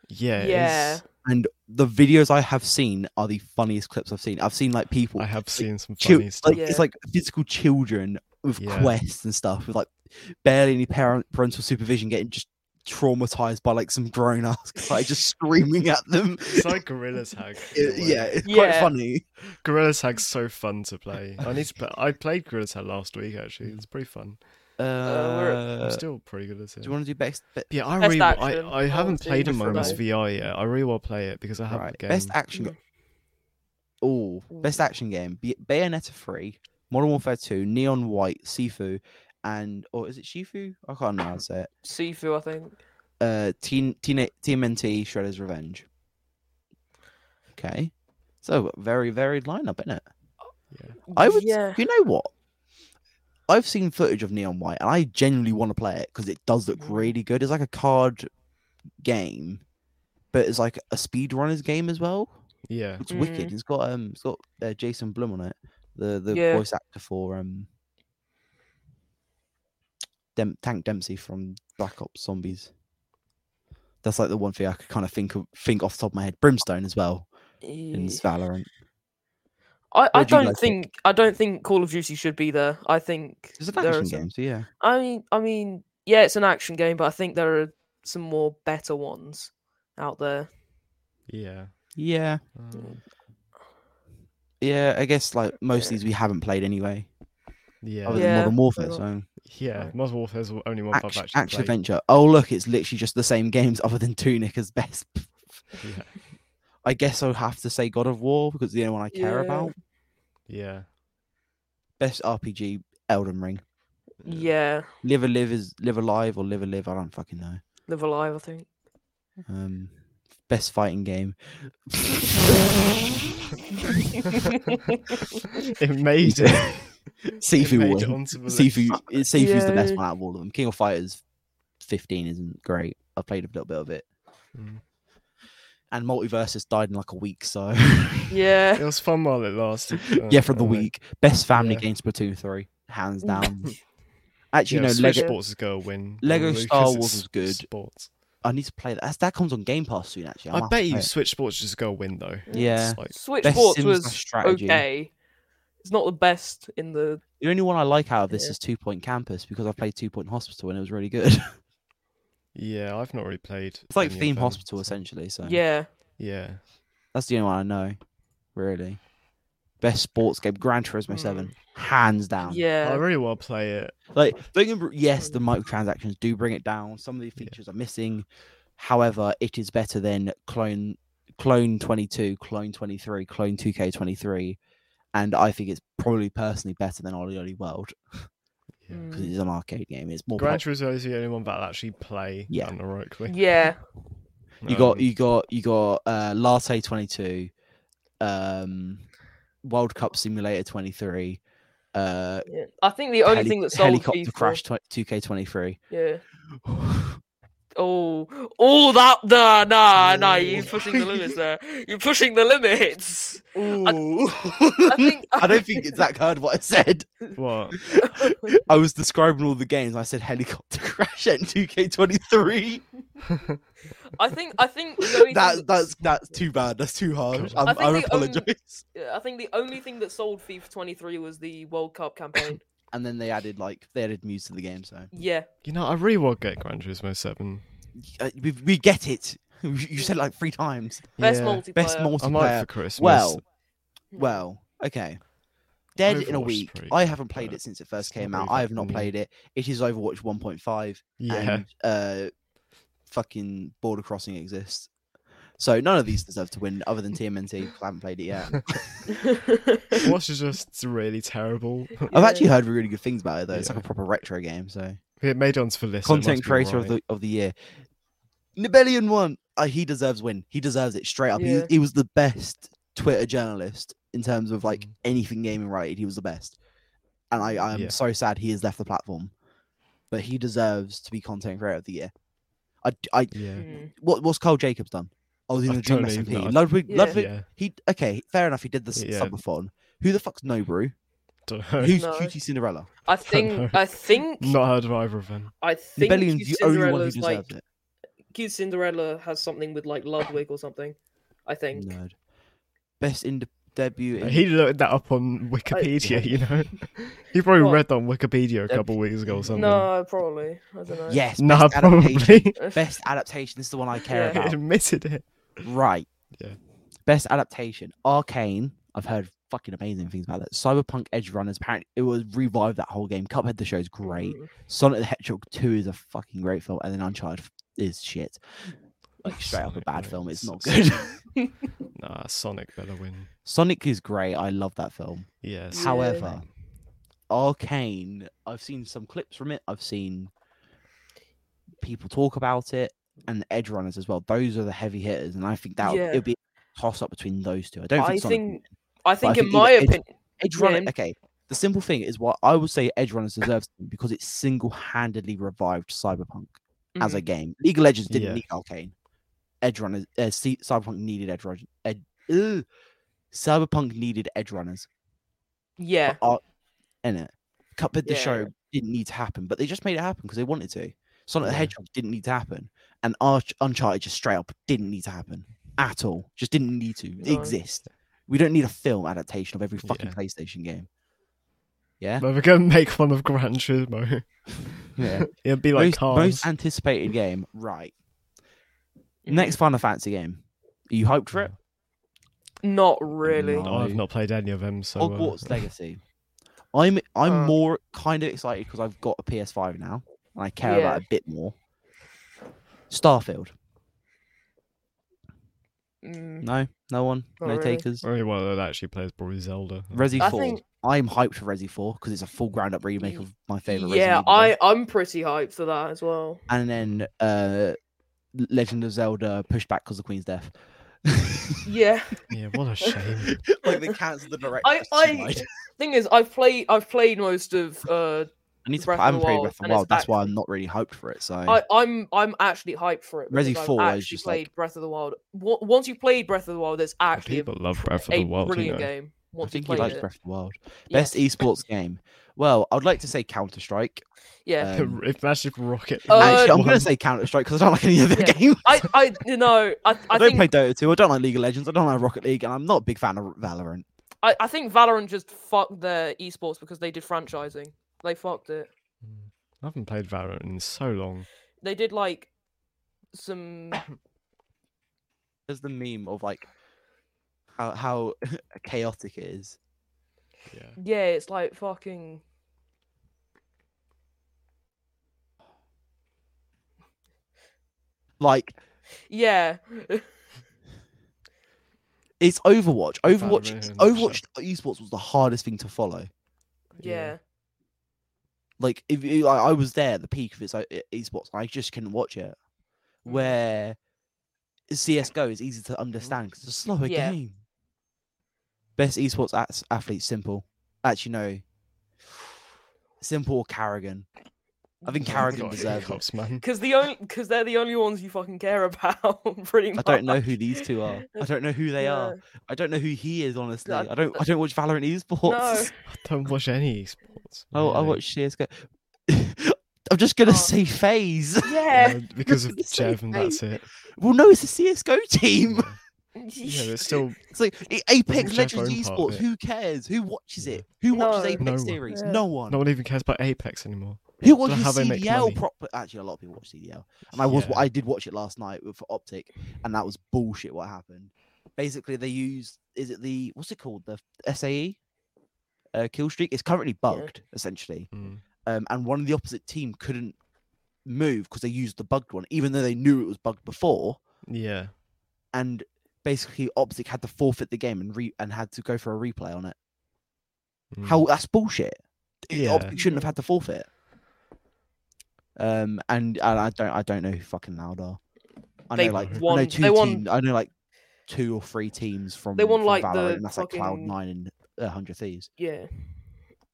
[SPEAKER 1] Yeah. it
[SPEAKER 2] Yeah.
[SPEAKER 1] is.
[SPEAKER 3] The videos I have seen are the funniest clips I've seen. I've seen like people
[SPEAKER 1] I have seen some
[SPEAKER 3] chil-
[SPEAKER 1] funny stuff.
[SPEAKER 3] like it's
[SPEAKER 2] Yeah.
[SPEAKER 3] like physical children with
[SPEAKER 1] Yeah.
[SPEAKER 3] quests and stuff with like barely any parent parental supervision getting just traumatized by like some grown ass guy just screaming at them.
[SPEAKER 1] It's like Gorilla's Hack. in a
[SPEAKER 3] It-
[SPEAKER 1] way.
[SPEAKER 3] yeah, it's quite
[SPEAKER 2] Yeah.
[SPEAKER 3] funny.
[SPEAKER 1] Gorilla's Hack's so fun to play. I need to play. I played Gorilla's Hack last week actually. It's pretty fun.
[SPEAKER 3] Uh,
[SPEAKER 1] I'm
[SPEAKER 2] we're-
[SPEAKER 1] still pretty good at
[SPEAKER 3] do
[SPEAKER 1] it.
[SPEAKER 3] you want to do best? Be-
[SPEAKER 1] Yeah, I
[SPEAKER 2] Best
[SPEAKER 1] really.
[SPEAKER 2] action,
[SPEAKER 1] I, I haven't
[SPEAKER 2] quality,
[SPEAKER 1] played Among
[SPEAKER 3] different
[SPEAKER 1] Us
[SPEAKER 3] though.
[SPEAKER 1] VR yet. I really want to play it because I have
[SPEAKER 3] right,
[SPEAKER 1] the game.
[SPEAKER 3] best action.
[SPEAKER 2] Mm.
[SPEAKER 3] Ga- oh, best action game: Be- Bayonetta three, Modern Warfare two, Neon White, Sifu, and or is it Shifu? I can't know how to say it.
[SPEAKER 2] Sifu, I think.
[SPEAKER 3] uh, Teen, Teen, TMNT Shredder's Revenge. Okay. So very varied lineup, isn't it? I would.
[SPEAKER 2] Yeah.
[SPEAKER 3] You know what? I've seen footage of Neon White, and I genuinely want to play it because it does look
[SPEAKER 2] Mhm.
[SPEAKER 3] really good. It's like a card game, but it's like a speedrunners game as well.
[SPEAKER 1] Yeah.
[SPEAKER 3] It's wicked.
[SPEAKER 2] Mm.
[SPEAKER 3] It's got um, it's got uh, Jason Blum on it, the the
[SPEAKER 2] Yeah.
[SPEAKER 3] voice actor for um, Dem- Tank Dempsey from Black Ops Zombies. That's like the one thing I could kind of think of, think off the top of my head. Brimstone as well in
[SPEAKER 2] Yeah.
[SPEAKER 3] this Valorant.
[SPEAKER 2] I, I
[SPEAKER 3] Where'd you
[SPEAKER 2] don't
[SPEAKER 3] guys
[SPEAKER 2] think I don't think Call of Duty should be there. I think
[SPEAKER 3] It's an
[SPEAKER 2] there are
[SPEAKER 3] action
[SPEAKER 2] some-
[SPEAKER 3] game, so yeah.
[SPEAKER 2] I mean, I mean, yeah, it's an action game, but I think there are some more better ones out there.
[SPEAKER 1] Yeah.
[SPEAKER 3] Yeah,
[SPEAKER 1] Um,
[SPEAKER 3] yeah. I guess like most of
[SPEAKER 2] Yeah.
[SPEAKER 3] these we haven't played anyway,
[SPEAKER 1] yeah.
[SPEAKER 3] other
[SPEAKER 1] Yeah.
[SPEAKER 3] than
[SPEAKER 2] Yeah,
[SPEAKER 3] Modern Warfare.
[SPEAKER 2] not.
[SPEAKER 3] So
[SPEAKER 1] Modern Warfare's the only one
[SPEAKER 3] action,
[SPEAKER 1] I've actually
[SPEAKER 3] action
[SPEAKER 1] played.
[SPEAKER 3] adventure. Oh look, it's literally just the same games other than Tunic as best. I guess I'll have to say God of War because it's the only one I care
[SPEAKER 2] Yeah.
[SPEAKER 3] about.
[SPEAKER 1] Yeah.
[SPEAKER 3] best RPG Elden Ring.
[SPEAKER 1] Yeah.
[SPEAKER 2] Yeah,
[SPEAKER 3] Live a live is live alive or live a live. I don't fucking know.
[SPEAKER 2] Live Alive, I think.
[SPEAKER 3] Um, best fighting game.
[SPEAKER 1] it made it. it
[SPEAKER 3] Sifu
[SPEAKER 1] made it
[SPEAKER 3] won.
[SPEAKER 1] onto the list.
[SPEAKER 3] Sifu uh, Sifu's the best
[SPEAKER 2] Yeah.
[SPEAKER 3] one out of all of them. King of Fighters 15 isn't great. I played a little bit of it,
[SPEAKER 1] Mm.
[SPEAKER 3] and Multiversus died in like a week. So
[SPEAKER 2] Yeah.
[SPEAKER 1] It was fun while it lasted. uh,
[SPEAKER 3] yeah, from the
[SPEAKER 1] and then-
[SPEAKER 3] week. Best family
[SPEAKER 1] Yeah.
[SPEAKER 3] game Splatoon 3, hands down. Actually,
[SPEAKER 1] yeah,
[SPEAKER 3] no.
[SPEAKER 1] Switch
[SPEAKER 3] Lego.
[SPEAKER 1] Sports is going to win.
[SPEAKER 3] Lego
[SPEAKER 1] probably,
[SPEAKER 3] Star
[SPEAKER 1] 'cause it's
[SPEAKER 3] Wars was good.
[SPEAKER 1] Sports.
[SPEAKER 3] I need to play that. That's- That comes on Game Pass soon. Actually, I'll
[SPEAKER 1] I
[SPEAKER 3] have to
[SPEAKER 1] bet you
[SPEAKER 3] play it.
[SPEAKER 1] Switch Sports is going to win though.
[SPEAKER 3] Yeah.
[SPEAKER 1] It's like,
[SPEAKER 2] Switch
[SPEAKER 3] Best
[SPEAKER 2] Sports
[SPEAKER 3] Sims
[SPEAKER 2] was
[SPEAKER 3] slash strategy.
[SPEAKER 2] okay. It's not the best in the.
[SPEAKER 3] The only one I like out of this
[SPEAKER 2] Yeah.
[SPEAKER 3] is Two Point Campus because I played Two Point Hospital and it was really good.
[SPEAKER 1] yeah, I've not really played.
[SPEAKER 3] It's like
[SPEAKER 1] any of
[SPEAKER 3] theme
[SPEAKER 1] them,
[SPEAKER 3] hospital
[SPEAKER 1] so-
[SPEAKER 3] essentially. So
[SPEAKER 2] Yeah.
[SPEAKER 1] Yeah.
[SPEAKER 3] that's the only one I know, really. Best sports game, Gran Turismo
[SPEAKER 2] Mm.
[SPEAKER 3] Seven, hands down.
[SPEAKER 1] I
[SPEAKER 2] Yeah.
[SPEAKER 1] really want to play it.
[SPEAKER 3] Like, don't get me wr- yes, the microtransactions do bring it down. Some of the features are missing. However, it is better than Clone Clone Twenty Two, Clone Twenty Three, Clone Two K Twenty Three, and I think it's probably personally better than Oli Oli World
[SPEAKER 1] Yeah.
[SPEAKER 2] Mm.
[SPEAKER 3] because it's an arcade game. It's more
[SPEAKER 1] Gran Turismo is the only one that I actually play
[SPEAKER 3] Yeah.
[SPEAKER 1] unironically.
[SPEAKER 2] Yeah.
[SPEAKER 3] pop- you got
[SPEAKER 1] Um,
[SPEAKER 3] you got you got uh, Latte Twenty Two, um, World Cup Simulator Twenty Three, uh,
[SPEAKER 2] yeah. I think the only
[SPEAKER 3] heli-
[SPEAKER 2] thing that sold
[SPEAKER 3] helicopter
[SPEAKER 2] FIFA,
[SPEAKER 3] crash two K Twenty Three.
[SPEAKER 2] Yeah. Oh, oh, that nah, nah, nah.
[SPEAKER 1] Ooh.
[SPEAKER 2] You're pushing the limits there. You're pushing the limits.
[SPEAKER 3] Ooh.
[SPEAKER 2] I think.
[SPEAKER 3] I don't think Zach heard what I said.
[SPEAKER 1] Um, what?
[SPEAKER 3] I was describing all the games. I said helicopter crash and 2K23.
[SPEAKER 2] I think. I think. The only thing
[SPEAKER 3] That, that's that's too bad. That's too harsh.
[SPEAKER 1] God.
[SPEAKER 3] I'm,
[SPEAKER 2] I
[SPEAKER 3] I,
[SPEAKER 2] think the only-
[SPEAKER 3] apologize.
[SPEAKER 2] Yeah, I think the only thing that sold FIFA 23 was the World Cup campaign.
[SPEAKER 3] And then they added like they added Muse to the game, so
[SPEAKER 2] yeah,
[SPEAKER 1] You know, I really want to get Gran Turismo 7.
[SPEAKER 3] Uh, we, we get it. You said it like three times.
[SPEAKER 2] best
[SPEAKER 1] Yeah,
[SPEAKER 2] multiplayer.
[SPEAKER 3] Best
[SPEAKER 1] I might
[SPEAKER 3] multiplayer.
[SPEAKER 1] for Christmas.
[SPEAKER 3] Well, well, okay. Dead in a
[SPEAKER 1] Overwatch's
[SPEAKER 3] week.
[SPEAKER 1] pretty
[SPEAKER 3] I
[SPEAKER 1] good,
[SPEAKER 3] haven't played
[SPEAKER 1] but
[SPEAKER 3] it since it first
[SPEAKER 1] it's not
[SPEAKER 3] came out.
[SPEAKER 1] really
[SPEAKER 3] I have
[SPEAKER 1] that
[SPEAKER 3] not
[SPEAKER 1] new.
[SPEAKER 3] played it. It is Overwatch 1.5.
[SPEAKER 1] yeah.
[SPEAKER 3] and uh, fucking Border Crossing exists. So none of these deserve to win, other than TMNT. 'cause I haven't played it yet.
[SPEAKER 1] Watch is just really terrible.
[SPEAKER 3] I've actually heard really good things about it though. It's like
[SPEAKER 1] Yeah.
[SPEAKER 3] a proper retro game. So
[SPEAKER 1] It made it onto the list. so it must
[SPEAKER 3] content
[SPEAKER 1] be
[SPEAKER 3] creator of
[SPEAKER 1] alright.
[SPEAKER 3] the of the year, Nibelian won. Uh, he deserves win. He deserves it straight up. He,
[SPEAKER 2] Yeah.
[SPEAKER 3] he was the best Twitter journalist in terms of like
[SPEAKER 1] Mhm.
[SPEAKER 3] anything gaming related. He was the best, and I I am
[SPEAKER 1] Yeah.
[SPEAKER 3] so sad he has left the platform, but he deserves to be content creator of the year. I I
[SPEAKER 1] Yeah.
[SPEAKER 2] Hmm.
[SPEAKER 3] what what's Carl Jacobs done? Oh, he's
[SPEAKER 1] I
[SPEAKER 3] in the Dream
[SPEAKER 1] don't even know.
[SPEAKER 3] SMP. Ludwig,
[SPEAKER 2] Yeah.
[SPEAKER 3] Ludwig.
[SPEAKER 1] Yeah.
[SPEAKER 3] He okay, fair enough. He did the s-
[SPEAKER 1] Yeah.
[SPEAKER 3] subathon. Who the fuck's Nobru?
[SPEAKER 1] Don't know.
[SPEAKER 3] Who's
[SPEAKER 2] No.
[SPEAKER 3] Cutie Cinderella?
[SPEAKER 2] I think.
[SPEAKER 1] know.
[SPEAKER 2] I think.
[SPEAKER 1] Not heard of either of them.
[SPEAKER 2] I think.
[SPEAKER 3] Nibelian's the
[SPEAKER 2] Cute
[SPEAKER 3] only one who
[SPEAKER 2] Cinderella's,
[SPEAKER 3] deserves
[SPEAKER 2] like,
[SPEAKER 3] it.
[SPEAKER 2] Cute Cinderella has something with like Ludwig or something. I think.
[SPEAKER 3] Nerd. Best in debut. In,
[SPEAKER 1] He looked that up on
[SPEAKER 3] Oh,
[SPEAKER 1] Wikipedia, you know? he probably
[SPEAKER 2] What?
[SPEAKER 1] read that on Wikipedia a
[SPEAKER 3] Deb-
[SPEAKER 1] couple weeks ago or something.
[SPEAKER 2] No, probably. I don't know.
[SPEAKER 3] yes.
[SPEAKER 1] Nah,
[SPEAKER 3] best adaptation.
[SPEAKER 1] probably.
[SPEAKER 3] Best adaptation this is the one I care
[SPEAKER 1] He
[SPEAKER 2] Yeah.
[SPEAKER 3] about.
[SPEAKER 1] admitted it.
[SPEAKER 3] Right.
[SPEAKER 1] Yeah.
[SPEAKER 3] Best adaptation. Arcane. I've heard fucking amazing things about that. Cyberpunk Edge Runners. Apparently, it was revived that whole game. Cuphead the show's great.
[SPEAKER 2] Mm.
[SPEAKER 3] Sonic the Hedgehog 2 is a fucking great film, and then Uncharted is shit. Like straight up a
[SPEAKER 1] Sonic,
[SPEAKER 3] bad
[SPEAKER 1] mate.
[SPEAKER 3] film. It's
[SPEAKER 1] S-
[SPEAKER 3] not good.
[SPEAKER 1] Nah, Sonic better win.
[SPEAKER 3] Sonic is great. I love that film.
[SPEAKER 1] Yeah.
[SPEAKER 2] Yeah.
[SPEAKER 1] Sonic
[SPEAKER 3] However, Arcane, I've seen some clips from it. I've seen people talk about it and Edge Runners as well. Those are the heavy hitters, and I think that
[SPEAKER 2] Yeah.
[SPEAKER 3] it'll be a toss up between those two. I don't
[SPEAKER 2] I
[SPEAKER 3] think. Sonic will
[SPEAKER 2] think. I think,
[SPEAKER 3] I
[SPEAKER 2] in
[SPEAKER 3] think
[SPEAKER 2] my
[SPEAKER 3] either Edge-
[SPEAKER 2] opinion,
[SPEAKER 3] Edge Runner,
[SPEAKER 2] Yeah.
[SPEAKER 3] okay. The simple thing is what I would say Edge Runners deserves to be because it single handedly revived Cyberpunk
[SPEAKER 2] mm,
[SPEAKER 3] as a game. League of Legends didn't
[SPEAKER 1] Yeah.
[SPEAKER 3] need Arcane. Edge Runners, uh, C- Cyberpunk needed Edge Runners. Ed- Ugh. Cyberpunk needed Edge Runners.
[SPEAKER 2] yeah,
[SPEAKER 3] In it, Cuphead the
[SPEAKER 2] Yeah.
[SPEAKER 3] show didn't need to happen, but they just made it happen because they wanted to. Sonic the
[SPEAKER 1] Yeah.
[SPEAKER 3] Hedgehog didn't need to happen, and Arch- Uncharted just straight up didn't need to happen at all. Just didn't need to
[SPEAKER 2] No.
[SPEAKER 3] exist. We don't need a film adaptation of every fucking
[SPEAKER 1] Yeah.
[SPEAKER 3] PlayStation game. Yeah,
[SPEAKER 1] But we're going to make fun of Gran Turismo.
[SPEAKER 3] yeah.
[SPEAKER 1] It'd be like
[SPEAKER 3] most,
[SPEAKER 1] cars.
[SPEAKER 3] most anticipated game, right? Next Final Fantasy game. Are you hyped for it?
[SPEAKER 2] not really.
[SPEAKER 3] No.
[SPEAKER 1] No, Oh, I've not played any of them, so. uh,
[SPEAKER 3] Hogwarts Legacy. I'm I'm
[SPEAKER 2] Uh.
[SPEAKER 3] more kind of excited because I've got a PS5 now and I care about it a bit more. Starfield.
[SPEAKER 2] Mm,
[SPEAKER 3] No, no one,
[SPEAKER 2] Not
[SPEAKER 3] no
[SPEAKER 2] really.
[SPEAKER 3] takers.
[SPEAKER 1] Only one Oh, that actually plays probably Zelda.
[SPEAKER 3] Resi
[SPEAKER 2] I
[SPEAKER 3] Four.
[SPEAKER 2] think-
[SPEAKER 3] I'm hyped for Resi Four because it's a full ground up remake
[SPEAKER 2] Ye-
[SPEAKER 3] of my favorite.
[SPEAKER 2] yeah,
[SPEAKER 3] Resident Evil game.
[SPEAKER 2] I I'm pretty hyped for that as well.
[SPEAKER 3] And then uh, Legend of Zelda pushed back because of Queen's death.
[SPEAKER 2] Yeah,
[SPEAKER 1] Yeah, what a shame.
[SPEAKER 3] like they cancelled the director.
[SPEAKER 2] I I thing is, I've played I've played most of uh
[SPEAKER 3] I need to.
[SPEAKER 2] Breath
[SPEAKER 3] I
[SPEAKER 2] of the
[SPEAKER 3] haven't played
[SPEAKER 2] Wild,
[SPEAKER 3] Breath of
[SPEAKER 2] and
[SPEAKER 3] the
[SPEAKER 2] it's
[SPEAKER 3] Wild. That's
[SPEAKER 2] back-
[SPEAKER 3] why I'm not really hyped for it. So
[SPEAKER 2] I I'm I'm actually hyped for it.
[SPEAKER 3] Resi
[SPEAKER 2] because I've
[SPEAKER 3] 4 is
[SPEAKER 2] actually
[SPEAKER 3] just, like-
[SPEAKER 2] played Breath of the Wild. Wa- Once you play Breath of the Wild, it's actually a,
[SPEAKER 1] People love Breath of
[SPEAKER 2] a
[SPEAKER 1] the Wild. you
[SPEAKER 2] brilliant
[SPEAKER 1] know.
[SPEAKER 2] game.
[SPEAKER 3] I
[SPEAKER 2] Once
[SPEAKER 3] think
[SPEAKER 2] you
[SPEAKER 3] you
[SPEAKER 2] play
[SPEAKER 3] like
[SPEAKER 2] it,
[SPEAKER 3] Breath of the Wild.
[SPEAKER 2] Yeah.
[SPEAKER 3] Best esports game. Well, I'd like to say Counter Strike.
[SPEAKER 2] yeah.
[SPEAKER 3] Um,
[SPEAKER 1] if that's if Rocket.
[SPEAKER 2] Uh,
[SPEAKER 3] actually, I'm going
[SPEAKER 1] One.
[SPEAKER 3] to say Counter Strike because I don't like any other
[SPEAKER 2] Yeah.
[SPEAKER 3] game.
[SPEAKER 2] I, I, you know, I, I,
[SPEAKER 3] I, don't
[SPEAKER 2] think
[SPEAKER 3] play Dota 2. I don't like League of Legends. I don't like Rocket League, and I'm not a big fan of Valorant.
[SPEAKER 2] I, I think Valorant just fucked their esports because they did franchising. They fucked it.
[SPEAKER 1] Hmm. I haven't played Valorant in so long.
[SPEAKER 2] They did like some
[SPEAKER 3] There's the meme of like how how chaotic it is.
[SPEAKER 1] Yeah.
[SPEAKER 2] yeah, it's like fucking
[SPEAKER 3] Like
[SPEAKER 2] yeah.
[SPEAKER 3] It's Overwatch.
[SPEAKER 1] If I'd
[SPEAKER 3] Overwatch.
[SPEAKER 1] written
[SPEAKER 3] Overwatch esports was the hardest thing to follow.
[SPEAKER 2] Yeah.
[SPEAKER 3] Like if you, I, I was there at the peak of its e- esports, I just couldn't watch it. Where CS:GO is easy to understand because it's a slower
[SPEAKER 2] Yeah.
[SPEAKER 3] game. Best esports at- athlete, simple. Actually, no. Simple or Carrigan. I think Carrigan
[SPEAKER 1] Got
[SPEAKER 3] deserves it.
[SPEAKER 1] hiccups, man.
[SPEAKER 2] Because the only because they're the only ones you fucking care about, pretty
[SPEAKER 3] I
[SPEAKER 2] much.
[SPEAKER 3] don't know who these two are. I don't know who they are.
[SPEAKER 2] No.
[SPEAKER 3] I don't know who he is. Honestly,
[SPEAKER 2] I-
[SPEAKER 3] I don't. I don't watch Valorant esports.
[SPEAKER 1] I don't watch any esports.
[SPEAKER 3] Oh, I
[SPEAKER 1] really.
[SPEAKER 3] watch CS:GO. I'm just gonna
[SPEAKER 2] Oh.
[SPEAKER 3] say phase.
[SPEAKER 2] Yeah.
[SPEAKER 1] No, because of
[SPEAKER 3] It's the
[SPEAKER 1] Jev,
[SPEAKER 3] same
[SPEAKER 1] and that's it.
[SPEAKER 3] Well, no, it's a CS:GO team.
[SPEAKER 1] Yeah, yeah but still,
[SPEAKER 3] It's like i- Apex
[SPEAKER 1] Jeff
[SPEAKER 3] Legends
[SPEAKER 1] owned part of
[SPEAKER 3] esports.
[SPEAKER 1] it.
[SPEAKER 3] Who cares? Who watches
[SPEAKER 1] Yeah.
[SPEAKER 3] it? Who watches
[SPEAKER 2] No.
[SPEAKER 3] Apex
[SPEAKER 1] No one.
[SPEAKER 3] series?
[SPEAKER 2] Yeah.
[SPEAKER 3] No one.
[SPEAKER 1] no one even cares about Apex anymore.
[SPEAKER 3] Who
[SPEAKER 1] Don't know
[SPEAKER 3] watches
[SPEAKER 1] how they make
[SPEAKER 3] CDL
[SPEAKER 1] money.
[SPEAKER 3] proper? Actually, a lot of people watch CDL, and I was
[SPEAKER 1] Yeah.
[SPEAKER 3] I did watch it last night with Optic, and that was bullshit. What happened? Basically, they used is it the what's it called the SAE uh, kill streak? It's currently bugged essentially,
[SPEAKER 1] Mm.
[SPEAKER 3] um, and one of the opposite team couldn't move because they used the bugged one, even though they knew it was bugged before.
[SPEAKER 1] Yeah.
[SPEAKER 3] And basically, Optic had to forfeit the game and re- and had to go for a replay on it.
[SPEAKER 1] mm.
[SPEAKER 3] How that's bullshit. It-
[SPEAKER 1] Yeah.
[SPEAKER 3] Optic shouldn't have had to forfeit. Um, and, and I don't, I don't know who fucking loud are. I
[SPEAKER 2] They
[SPEAKER 3] know like I know
[SPEAKER 2] won-
[SPEAKER 3] two
[SPEAKER 2] they won-
[SPEAKER 3] teams. I know like two or three teams from.
[SPEAKER 2] They won,
[SPEAKER 3] from
[SPEAKER 2] like,
[SPEAKER 3] Valorant,
[SPEAKER 2] the
[SPEAKER 3] and that's like Cloud
[SPEAKER 2] fucking-
[SPEAKER 3] Nine and uh, Hundred Thieves.
[SPEAKER 2] yeah.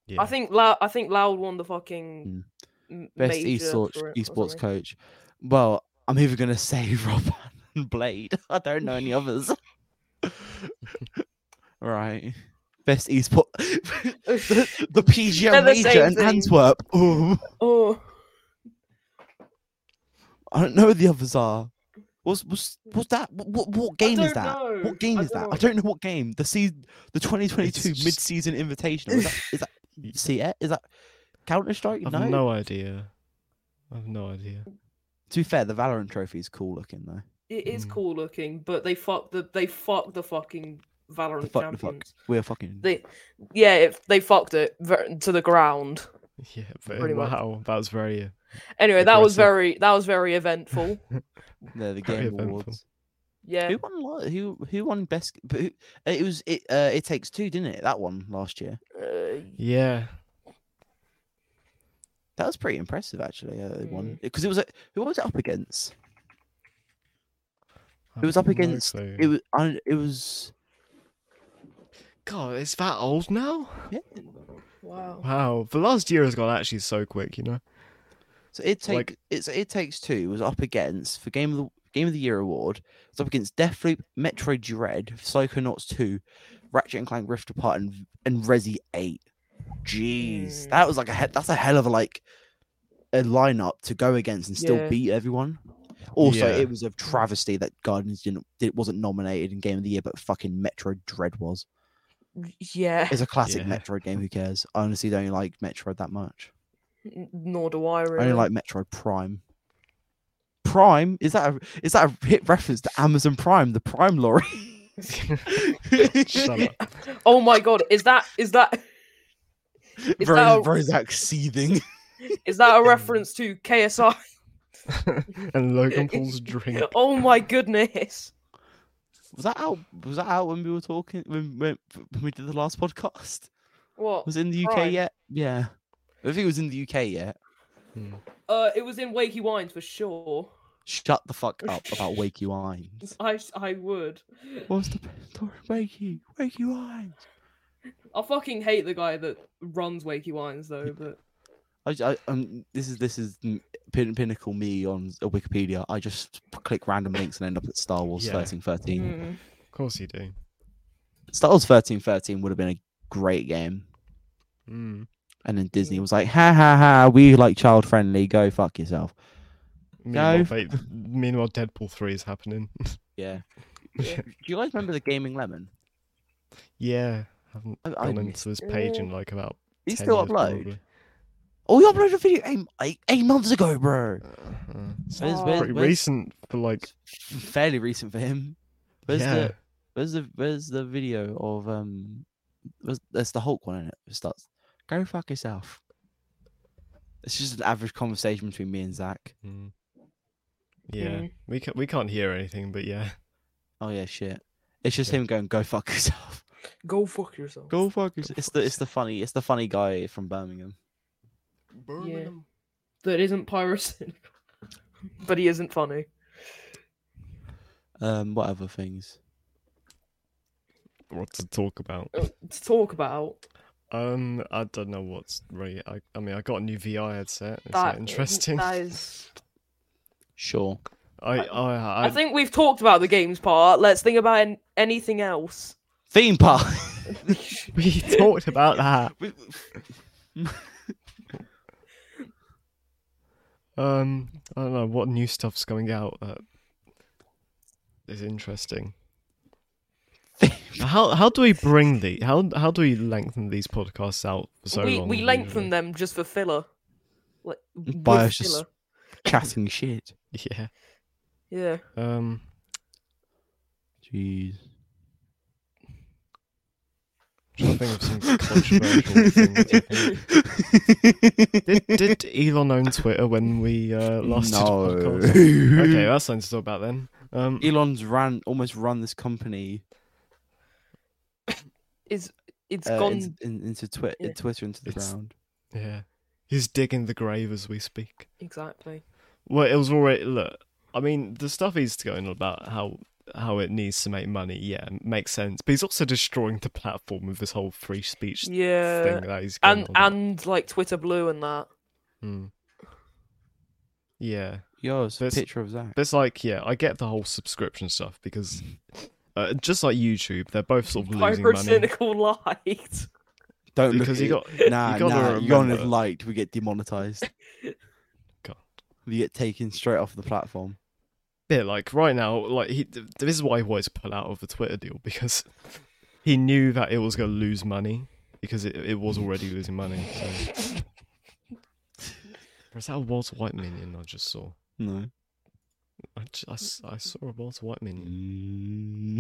[SPEAKER 1] Yeah.
[SPEAKER 2] I think loud. I think loud won the fucking m-
[SPEAKER 3] Hmm. Best
[SPEAKER 2] major
[SPEAKER 3] esports
[SPEAKER 2] for it or
[SPEAKER 3] esports
[SPEAKER 2] something.
[SPEAKER 3] coach. Well, I'm either gonna say Rob and Blade. I don't know any others. right. Best esport. the, the
[SPEAKER 2] They're
[SPEAKER 3] PGM
[SPEAKER 2] the
[SPEAKER 3] major
[SPEAKER 2] same
[SPEAKER 3] in
[SPEAKER 2] thing.
[SPEAKER 3] Antwerp. Ooh.
[SPEAKER 2] oh,
[SPEAKER 3] I don't know who the others are. What's what's, what's that? What, what, what game is
[SPEAKER 2] don't
[SPEAKER 3] that?
[SPEAKER 2] know.
[SPEAKER 3] What game
[SPEAKER 2] I
[SPEAKER 3] is that?
[SPEAKER 2] don't
[SPEAKER 3] I don't know what game. The season, the 2022
[SPEAKER 1] It's just-
[SPEAKER 3] mid-season invitational. Is that, is that CS? Is that Counter Strike?
[SPEAKER 1] I've
[SPEAKER 3] No.
[SPEAKER 1] no idea. I've no idea.
[SPEAKER 3] To be fair, the Valorant trophy is cool looking though.
[SPEAKER 2] it is
[SPEAKER 1] Mm.
[SPEAKER 2] cool looking, but they fuck the they fuck the fucking Valorant
[SPEAKER 3] fuck the fuck.
[SPEAKER 2] champions.
[SPEAKER 3] We're fucking.
[SPEAKER 2] They, yeah, it, they fucked it ver- to the ground.
[SPEAKER 1] Yeah, but
[SPEAKER 2] Pretty much.
[SPEAKER 1] wow, that was very. Uh,
[SPEAKER 2] Anyway, that was
[SPEAKER 1] Aggressive.
[SPEAKER 2] very that was very eventful.
[SPEAKER 3] They're the
[SPEAKER 1] Very
[SPEAKER 3] game
[SPEAKER 1] eventful.
[SPEAKER 3] awards.
[SPEAKER 2] Yeah,
[SPEAKER 3] Who won? lo- Who who won best? but Who, uh, it was it. Uh, it takes two, didn't it? That one last year.
[SPEAKER 2] uh,
[SPEAKER 1] yeah.
[SPEAKER 3] That was pretty impressive actually. Uh, they won
[SPEAKER 2] Mm.
[SPEAKER 3] because it was a, who was it up against?
[SPEAKER 1] I've
[SPEAKER 3] It was up
[SPEAKER 1] no
[SPEAKER 3] against.
[SPEAKER 1] clue.
[SPEAKER 3] It was. I, it was.
[SPEAKER 1] God, it's that old now?
[SPEAKER 2] wow.
[SPEAKER 1] Wow, the last year has gone actually so quick, you know?
[SPEAKER 3] So it takes
[SPEAKER 1] Like-
[SPEAKER 3] it's it takes two was up against for game of the game of the year award. It was up against Deathloop, Metroid Dread, Psychonauts two, Ratchet and Clank Rift Apart, and and Resi eight. Jeez, that was like a he- that's a hell of a like a lineup to go against and still
[SPEAKER 2] Yeah.
[SPEAKER 3] beat everyone. Also,
[SPEAKER 1] Yeah.
[SPEAKER 3] it was a travesty that Guardians didn't it wasn't nominated in Game of the Year, but fucking Metroid Dread was.
[SPEAKER 2] Yeah,
[SPEAKER 3] It's a classic
[SPEAKER 1] Yeah.
[SPEAKER 3] Metroid game. Who cares? I honestly don't like Metroid that much.
[SPEAKER 2] N- nor do I really.
[SPEAKER 3] I only like Metroid Prime. Prime is that a, is that a hit reference to Amazon Prime, the Prime lorry?
[SPEAKER 1] Shut up.
[SPEAKER 2] Oh my god, is that is that Is
[SPEAKER 3] Ro-
[SPEAKER 2] that a-
[SPEAKER 3] Rozak seething.
[SPEAKER 2] is that a reference to KSI?
[SPEAKER 1] and Logan Paul's drink.
[SPEAKER 2] Oh my goodness.
[SPEAKER 3] Was that out? Was that out when we were talking when when, when we did the last podcast?
[SPEAKER 2] What?
[SPEAKER 3] Was it in the UK
[SPEAKER 2] Prime?
[SPEAKER 3] yet? Yeah, I think it was in the UK yet.
[SPEAKER 2] Uh, it was in Wakey Wines for sure.
[SPEAKER 3] Shut the fuck up about Wakey Wines.
[SPEAKER 2] I s- I would.
[SPEAKER 3] What's the best story? Wakey Wakey Wines.
[SPEAKER 2] I fucking hate the guy that runs Wakey Wines though. But
[SPEAKER 3] I, j- I um, this is this is m- pin, pinnacle me on uh, Wikipedia. I just p- click random links and end up at Star Wars
[SPEAKER 1] Yeah.
[SPEAKER 3] thirteen thirteen.
[SPEAKER 2] Mm.
[SPEAKER 1] Of course you do.
[SPEAKER 3] Star Wars thirteen thirteen would have been a great game,
[SPEAKER 1] Mm.
[SPEAKER 3] and then Disney was like, "Ha ha ha, we like child friendly. Go fuck yourself."
[SPEAKER 1] Meanwhile,
[SPEAKER 3] No.
[SPEAKER 1] they- meanwhile, Deadpool 3 is happening.
[SPEAKER 3] Yeah.
[SPEAKER 2] Yeah.
[SPEAKER 3] Do you guys remember the Gaming Lemon?
[SPEAKER 1] yeah. I haven't
[SPEAKER 3] I, I
[SPEAKER 1] gone
[SPEAKER 3] miss-
[SPEAKER 1] into his page in like about.
[SPEAKER 3] he
[SPEAKER 1] 10
[SPEAKER 3] still
[SPEAKER 1] years,
[SPEAKER 3] upload.
[SPEAKER 1] probably.
[SPEAKER 3] Oh, he uploaded a video eight, eight, eight months ago, bro.
[SPEAKER 1] Uh, uh, it's
[SPEAKER 3] Where's,
[SPEAKER 2] Oh.
[SPEAKER 3] where's,
[SPEAKER 1] pretty
[SPEAKER 3] where's-
[SPEAKER 1] recent for like.
[SPEAKER 3] Fairly recent for him. Where's
[SPEAKER 1] yeah.
[SPEAKER 3] the Where's the Where's the video of um? Where's, there's the Hulk one in it. It starts. Go fuck yourself. It's just an average conversation between me and Zach.
[SPEAKER 1] Mm. Yeah.
[SPEAKER 2] Mm.
[SPEAKER 1] We, ca- we can't hear anything, but yeah.
[SPEAKER 3] Oh yeah, shit. It's just
[SPEAKER 1] Yeah.
[SPEAKER 3] him going, "Go fuck yourself."
[SPEAKER 2] Go fuck yourself.
[SPEAKER 3] Go fuck yourself. It's the
[SPEAKER 1] fuck
[SPEAKER 3] it's the funny it's the funny guy from Birmingham.
[SPEAKER 1] Birmingham.
[SPEAKER 2] That isn't piracy, but he isn't funny.
[SPEAKER 3] Um, what other things?
[SPEAKER 1] What to talk about?
[SPEAKER 2] Uh, To talk about
[SPEAKER 1] Um, I don't know what's really. I, I mean, I got a new VR headset. Is
[SPEAKER 2] that
[SPEAKER 1] that interesting?
[SPEAKER 2] That is.
[SPEAKER 3] Sure.
[SPEAKER 1] I, I, I,
[SPEAKER 2] I think we've talked about the games part. Let's think about an- anything else.
[SPEAKER 3] Theme park.
[SPEAKER 1] we talked about that.
[SPEAKER 3] We-
[SPEAKER 1] Um, I don't know what new stuff's coming out that is interesting. how how do we bring the how how do we lengthen these podcasts out for so
[SPEAKER 2] we
[SPEAKER 1] long?
[SPEAKER 2] we lengthen them just for filler. Like, with
[SPEAKER 3] Bio's just-
[SPEAKER 2] filler.
[SPEAKER 3] Chatting shit.
[SPEAKER 1] usually? Yeah.
[SPEAKER 2] Yeah.
[SPEAKER 1] Um.
[SPEAKER 3] Jeez.
[SPEAKER 1] trying to think of some controversial things. I think. Did, did Elon own Twitter when we uh, last did a
[SPEAKER 3] no.
[SPEAKER 1] podcast? Okay, that's something to talk about then. Um,
[SPEAKER 3] Elon's ran almost run this company
[SPEAKER 2] Is it's
[SPEAKER 3] uh,
[SPEAKER 2] gone.
[SPEAKER 3] in, in- into Twitter,
[SPEAKER 2] Yeah.
[SPEAKER 3] Twitter into the
[SPEAKER 1] It's-
[SPEAKER 3] ground.
[SPEAKER 1] yeah, he's digging the grave as we speak.
[SPEAKER 2] Exactly.
[SPEAKER 1] Well, it was already look. I mean, the stuff he's going on about how how it needs to make money, yeah, makes sense. But he's also destroying the platform with this whole free speech
[SPEAKER 2] Yeah.
[SPEAKER 1] thing that he's going
[SPEAKER 2] And
[SPEAKER 1] on about.
[SPEAKER 2] and like Twitter Blue and that.
[SPEAKER 1] Hmm. Yeah.
[SPEAKER 3] Yo, it's a
[SPEAKER 1] This-
[SPEAKER 3] picture of Zach.
[SPEAKER 1] But it's like, yeah, I get the whole subscription stuff because uh, just like YouTube, they're both sort of losing
[SPEAKER 2] Hyper
[SPEAKER 1] money.
[SPEAKER 2] cynical light.
[SPEAKER 3] Don't look
[SPEAKER 1] Because
[SPEAKER 3] at
[SPEAKER 1] you
[SPEAKER 3] it.
[SPEAKER 1] got
[SPEAKER 3] Nah,
[SPEAKER 1] you gotta
[SPEAKER 3] nah. You on
[SPEAKER 1] remember-
[SPEAKER 3] liked, we get demonetized.
[SPEAKER 1] God.
[SPEAKER 3] We get taken straight off the platform.
[SPEAKER 1] yeah, like right now, like he, th- this is why he wanted to pull out of the Twitter deal because he knew that it was going to lose money because it, it was already losing money. So. Or is that a Walter White minion I just saw?
[SPEAKER 3] No.
[SPEAKER 1] I, ju- I s- I saw a Walter White minion.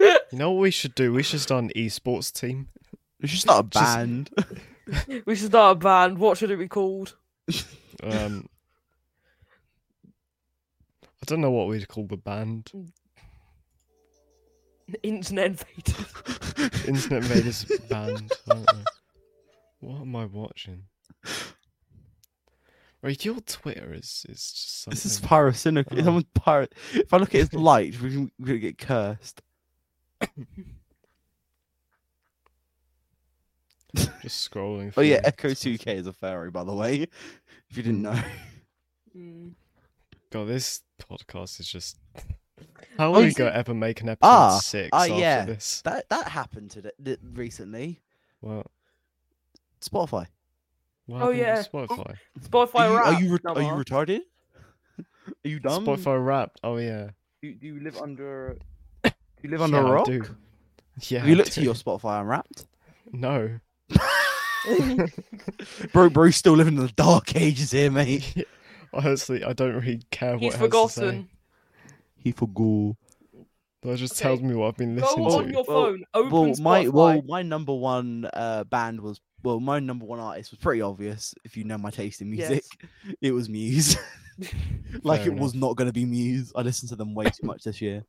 [SPEAKER 1] You know what we should do? We should start an esports team.
[SPEAKER 3] We should start a
[SPEAKER 1] Just-
[SPEAKER 3] band.
[SPEAKER 2] We should start a band. What should it be called?
[SPEAKER 1] Um, I don't know what we'd call the band.
[SPEAKER 2] Internet Invaders.
[SPEAKER 1] Internet Invaders band. I don't know. What am I watching? Right, your Twitter is is just something.
[SPEAKER 3] This is pyrocynical.
[SPEAKER 1] Oh.
[SPEAKER 3] Someone's pyro. If I look at his light, we can- we're gonna get cursed.
[SPEAKER 1] just scrolling.
[SPEAKER 3] Oh yeah,
[SPEAKER 1] through.
[SPEAKER 3] Echo 2K is a fairy, by the way. If you didn't know,
[SPEAKER 2] Mm.
[SPEAKER 1] God, this podcast is just. How
[SPEAKER 3] Oh,
[SPEAKER 1] are we
[SPEAKER 3] you
[SPEAKER 1] gonna ever make an episode
[SPEAKER 3] Ah,
[SPEAKER 1] six
[SPEAKER 3] ah,
[SPEAKER 1] after
[SPEAKER 3] yeah.
[SPEAKER 1] this?
[SPEAKER 3] that that happened today th- recently.
[SPEAKER 1] Well,
[SPEAKER 3] Spotify.
[SPEAKER 1] what happened
[SPEAKER 2] Oh,
[SPEAKER 1] to
[SPEAKER 2] yeah.
[SPEAKER 1] Spotify.
[SPEAKER 2] Spotify
[SPEAKER 3] Are you,
[SPEAKER 2] rap.
[SPEAKER 3] are you, re-
[SPEAKER 2] no,
[SPEAKER 3] are you
[SPEAKER 2] Mark.
[SPEAKER 3] retarded? Are you dumb?
[SPEAKER 1] Spotify Wrapped. Oh yeah.
[SPEAKER 3] Do, do you live under? Do you live under
[SPEAKER 1] yeah,
[SPEAKER 3] a rock?
[SPEAKER 1] I do. Yeah.
[SPEAKER 3] Have you
[SPEAKER 1] I
[SPEAKER 3] looked
[SPEAKER 1] do.
[SPEAKER 3] at your Spotify Unwrapped?
[SPEAKER 1] No.
[SPEAKER 3] Bro, bro's still living in the dark ages here, mate.
[SPEAKER 1] Honestly, I don't really care what
[SPEAKER 2] He's
[SPEAKER 1] it has to say.
[SPEAKER 2] forgotten.
[SPEAKER 3] He forgot.
[SPEAKER 1] That just
[SPEAKER 2] Okay.
[SPEAKER 1] tells me what I've been
[SPEAKER 2] Go
[SPEAKER 1] listening
[SPEAKER 2] on
[SPEAKER 1] to.
[SPEAKER 2] your
[SPEAKER 3] Well-
[SPEAKER 2] phone. Open
[SPEAKER 3] Well, my
[SPEAKER 2] Spotify.
[SPEAKER 3] well, my number one uh, band was well, my number one artist was pretty obvious. If you know my taste in
[SPEAKER 2] Yes.
[SPEAKER 3] music, it was Muse. like
[SPEAKER 1] Fair
[SPEAKER 3] it was not going to be Muse. I listened to them way too much this year.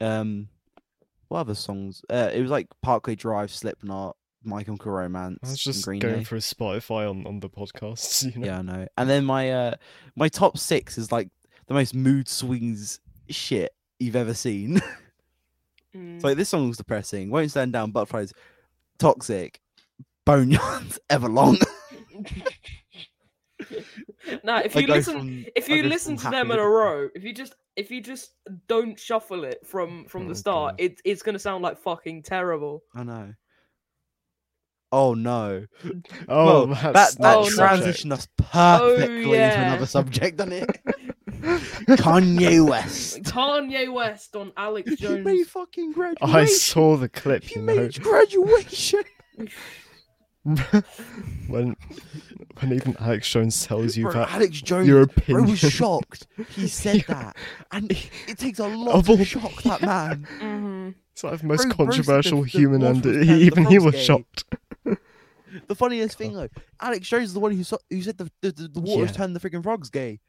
[SPEAKER 3] Um, what other songs? Uh, it was like Parkway Drive, Slipknot, My Chemical Romance,
[SPEAKER 1] I was
[SPEAKER 3] and
[SPEAKER 1] just
[SPEAKER 3] Green
[SPEAKER 1] going
[SPEAKER 3] Day.
[SPEAKER 1] for a Spotify on, on the podcasts, you know.
[SPEAKER 3] Yeah, I know. And then my uh my top six is like the most mood swings shit you've ever seen.
[SPEAKER 2] Mm.
[SPEAKER 3] it's like this song was depressing. Won't stand down. Butterflies, toxic. Boneyards, Everlong.
[SPEAKER 2] no, if
[SPEAKER 3] I
[SPEAKER 2] you
[SPEAKER 3] go
[SPEAKER 2] listen,
[SPEAKER 3] from-
[SPEAKER 2] if
[SPEAKER 3] I
[SPEAKER 2] you
[SPEAKER 3] go
[SPEAKER 2] listen to
[SPEAKER 3] from
[SPEAKER 2] them
[SPEAKER 3] happy
[SPEAKER 2] in a row, if you just if you just don't shuffle it from from
[SPEAKER 1] Oh,
[SPEAKER 2] the start,
[SPEAKER 1] God.
[SPEAKER 2] it, it's gonna sound like fucking terrible.
[SPEAKER 3] I know. Oh no!
[SPEAKER 1] Oh,
[SPEAKER 3] well,
[SPEAKER 1] that's
[SPEAKER 3] that that
[SPEAKER 1] not
[SPEAKER 2] no. Oh,
[SPEAKER 3] transitioned us perfectly into
[SPEAKER 2] yeah.
[SPEAKER 3] another subject, doesn't it?
[SPEAKER 1] subject.
[SPEAKER 3] Kanye West.
[SPEAKER 2] Kanye West on Alex
[SPEAKER 3] You
[SPEAKER 2] Jones.
[SPEAKER 3] made fucking graduation.
[SPEAKER 1] I saw the clip,
[SPEAKER 3] You
[SPEAKER 1] you know,
[SPEAKER 3] made graduation.
[SPEAKER 1] when when even Alex Jones tells you
[SPEAKER 3] Bro,
[SPEAKER 1] that
[SPEAKER 3] Alex Jones.
[SPEAKER 1] your
[SPEAKER 3] Bro
[SPEAKER 1] opinion
[SPEAKER 3] was shocked. He said that, and it takes a lot
[SPEAKER 1] Of
[SPEAKER 3] to
[SPEAKER 1] all-
[SPEAKER 3] shock that man.
[SPEAKER 2] Mhm.
[SPEAKER 1] is like the most
[SPEAKER 3] Bro, Bruce- the-
[SPEAKER 1] controversial
[SPEAKER 3] the
[SPEAKER 1] human,
[SPEAKER 3] North
[SPEAKER 1] and
[SPEAKER 3] was
[SPEAKER 1] he-
[SPEAKER 3] down to the
[SPEAKER 1] even he
[SPEAKER 3] frogs
[SPEAKER 1] was
[SPEAKER 3] gate.
[SPEAKER 1] shocked.
[SPEAKER 3] The funniest thing though, Alex Jones is the one who so- who said the the, the, the water's
[SPEAKER 1] Yeah.
[SPEAKER 3] turned the freaking frogs gay,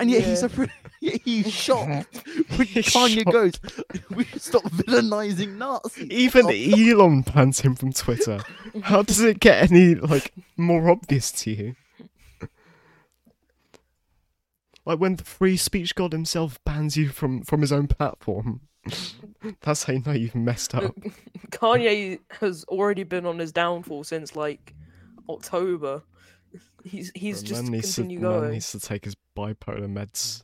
[SPEAKER 3] and yet he's a pre- yet he's shocked when
[SPEAKER 1] He's
[SPEAKER 3] Kanye
[SPEAKER 1] shocked.
[SPEAKER 3] goes, "We should stop villainizing Nazis."
[SPEAKER 1] Even
[SPEAKER 3] Oh.
[SPEAKER 1] Elon bans him from Twitter. How does it get any like more obvious to you? Like when the free speech god himself bans you from from his own platform. That's how you know you've messed up.
[SPEAKER 2] Kanye has already been on his downfall since like October. He's he's
[SPEAKER 1] Bro,
[SPEAKER 2] just
[SPEAKER 1] man needs to,
[SPEAKER 2] continue
[SPEAKER 1] man
[SPEAKER 2] going.
[SPEAKER 1] needs to take his bipolar meds.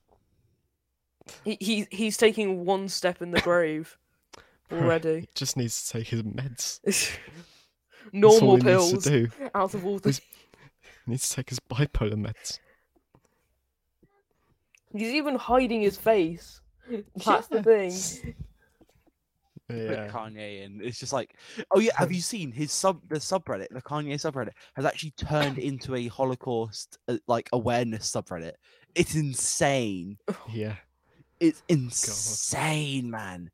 [SPEAKER 2] He, he he's taking one step in the grave
[SPEAKER 1] Bro,
[SPEAKER 2] already.
[SPEAKER 1] He
[SPEAKER 3] Mm.
[SPEAKER 1] just needs to take his meds. That's all
[SPEAKER 2] Normal
[SPEAKER 1] he Needs
[SPEAKER 2] pills
[SPEAKER 1] to do.
[SPEAKER 2] out of all the.
[SPEAKER 1] He's- He needs to take his bipolar meds.
[SPEAKER 2] He's even hiding his face. That's the thing.
[SPEAKER 3] put
[SPEAKER 1] Yeah.
[SPEAKER 3] Kanye in. It's just like, oh yeah, have you seen his sub the subreddit, the Kanye subreddit has actually turned into a Holocaust uh, like awareness subreddit. It's insane.
[SPEAKER 1] Yeah.
[SPEAKER 3] It's insane, man.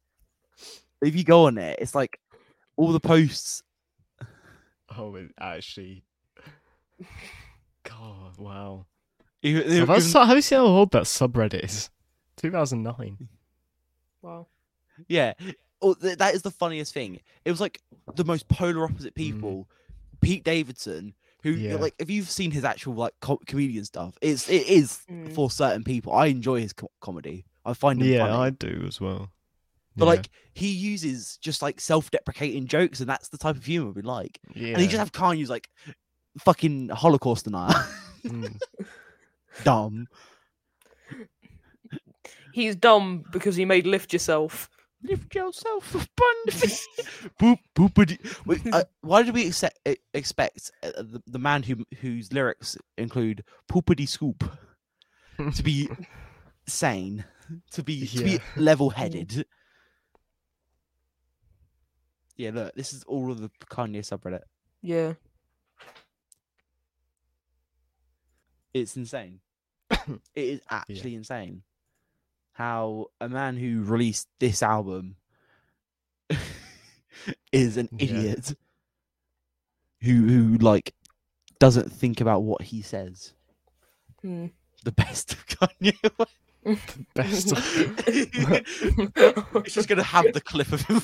[SPEAKER 3] If you go on it, it's like all the posts.
[SPEAKER 1] Oh, it actually. God, wow.
[SPEAKER 3] Even,
[SPEAKER 1] Have, I
[SPEAKER 3] even-
[SPEAKER 1] saw, have you seen how old that subreddit is? 2009.
[SPEAKER 2] Wow.
[SPEAKER 3] yeah, oh, th- that is the funniest thing. It was like the most polar opposite people. Pete Davidson, who
[SPEAKER 1] Mm. Yeah.
[SPEAKER 3] like if you've seen his actual like co- comedian stuff, it's it is
[SPEAKER 2] Mm.
[SPEAKER 3] for certain people. I enjoy his co- comedy. I find him funny.
[SPEAKER 1] do as well.
[SPEAKER 3] but
[SPEAKER 1] Yeah,
[SPEAKER 3] like he uses just like self-deprecating jokes, and that's the type of humor we like.
[SPEAKER 1] yeah.
[SPEAKER 3] And he just have Kanye's like fucking Holocaust denier,
[SPEAKER 1] Mm.
[SPEAKER 3] dumb.
[SPEAKER 2] He's dumb because he made lift yourself.
[SPEAKER 3] Lift yourself up on the feet. boop boopity. Wait, uh, why did we accept, e- expect uh, the, the man who whose lyrics include poopity scoop to be sane, to be to be
[SPEAKER 1] Yeah.
[SPEAKER 3] level-headed? Yeah, look, this is all of the Kanye subreddit.
[SPEAKER 2] Yeah.
[SPEAKER 3] It's insane. it is actually insane how a man who released this album is an
[SPEAKER 1] Yeah.
[SPEAKER 3] idiot who who like doesn't think about what he says.
[SPEAKER 2] Hmm.
[SPEAKER 3] The best of Kanye.
[SPEAKER 1] Best. of-
[SPEAKER 3] it's just gonna have the clip of him.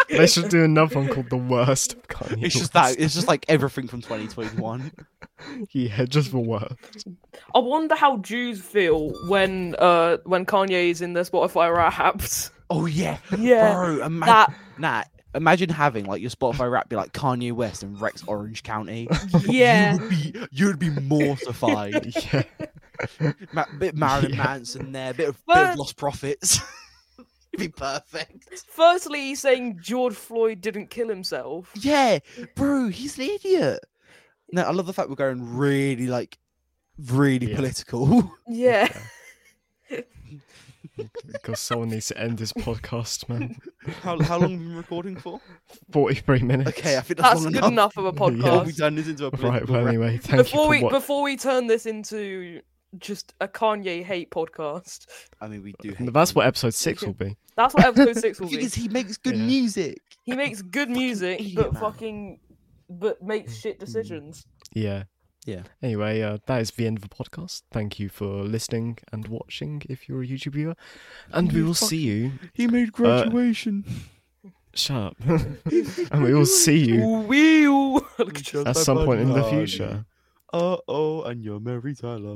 [SPEAKER 1] they should do another one called The Worst of Kanye.
[SPEAKER 3] it's just that.
[SPEAKER 1] West.
[SPEAKER 3] It's just like everything from 2021.
[SPEAKER 1] Yeah, just the worst.
[SPEAKER 2] I wonder how Jews feel when uh when Kanye is in their Spotify Wrapped.
[SPEAKER 3] Oh yeah,
[SPEAKER 2] Yeah,
[SPEAKER 3] bro. Imagine
[SPEAKER 2] that
[SPEAKER 3] Nat, imagine having like your Spotify rap be like Kanye West and Rex Orange County.
[SPEAKER 2] yeah.
[SPEAKER 3] You would be, you would be mortified.
[SPEAKER 1] Yeah.
[SPEAKER 3] Ma- bit Marilyn
[SPEAKER 1] Yeah.
[SPEAKER 3] Manson there, bit of, bit of
[SPEAKER 2] But-
[SPEAKER 3] Lost Profits. It'd be perfect.
[SPEAKER 2] Firstly, he's saying George Floyd didn't kill himself.
[SPEAKER 3] Yeah, bro, he's an idiot. No, I love the fact we're going really like, really
[SPEAKER 1] Yeah.
[SPEAKER 3] political.
[SPEAKER 2] Yeah.
[SPEAKER 1] Because someone needs to end this podcast, man.
[SPEAKER 3] how, how long have we been recording for?
[SPEAKER 1] 43 minutes.
[SPEAKER 3] Okay, I think that's,
[SPEAKER 2] That's
[SPEAKER 3] long
[SPEAKER 2] good
[SPEAKER 3] enough.
[SPEAKER 2] enough. of a
[SPEAKER 1] Yeah.
[SPEAKER 3] All we've
[SPEAKER 2] podcast.
[SPEAKER 3] done is into a
[SPEAKER 1] Right,
[SPEAKER 3] political
[SPEAKER 1] well,
[SPEAKER 3] rap.
[SPEAKER 1] anyway, thank
[SPEAKER 2] before
[SPEAKER 1] you
[SPEAKER 2] we
[SPEAKER 1] for what-
[SPEAKER 2] before we turn this into just a Kanye hate podcast.
[SPEAKER 3] I mean, we do. hate
[SPEAKER 1] That's
[SPEAKER 3] him.
[SPEAKER 1] what episode 6 will be.
[SPEAKER 2] That's what episode six will be.
[SPEAKER 3] because he makes good
[SPEAKER 1] Yeah.
[SPEAKER 3] music.
[SPEAKER 2] He makes good music,
[SPEAKER 3] idiot,
[SPEAKER 2] but
[SPEAKER 3] man.
[SPEAKER 2] fucking but makes shit decisions.
[SPEAKER 1] Yeah.
[SPEAKER 3] Yeah.
[SPEAKER 1] Anyway, uh, that is the end of the podcast. Thank you for listening and watching if you're a YouTube viewer. And we
[SPEAKER 3] You
[SPEAKER 1] will see you.
[SPEAKER 3] He made graduation.
[SPEAKER 1] Shut up. and we will see you
[SPEAKER 2] Wheel.
[SPEAKER 1] at some point in the future.
[SPEAKER 3] Uh oh, and you're Mary Tyler.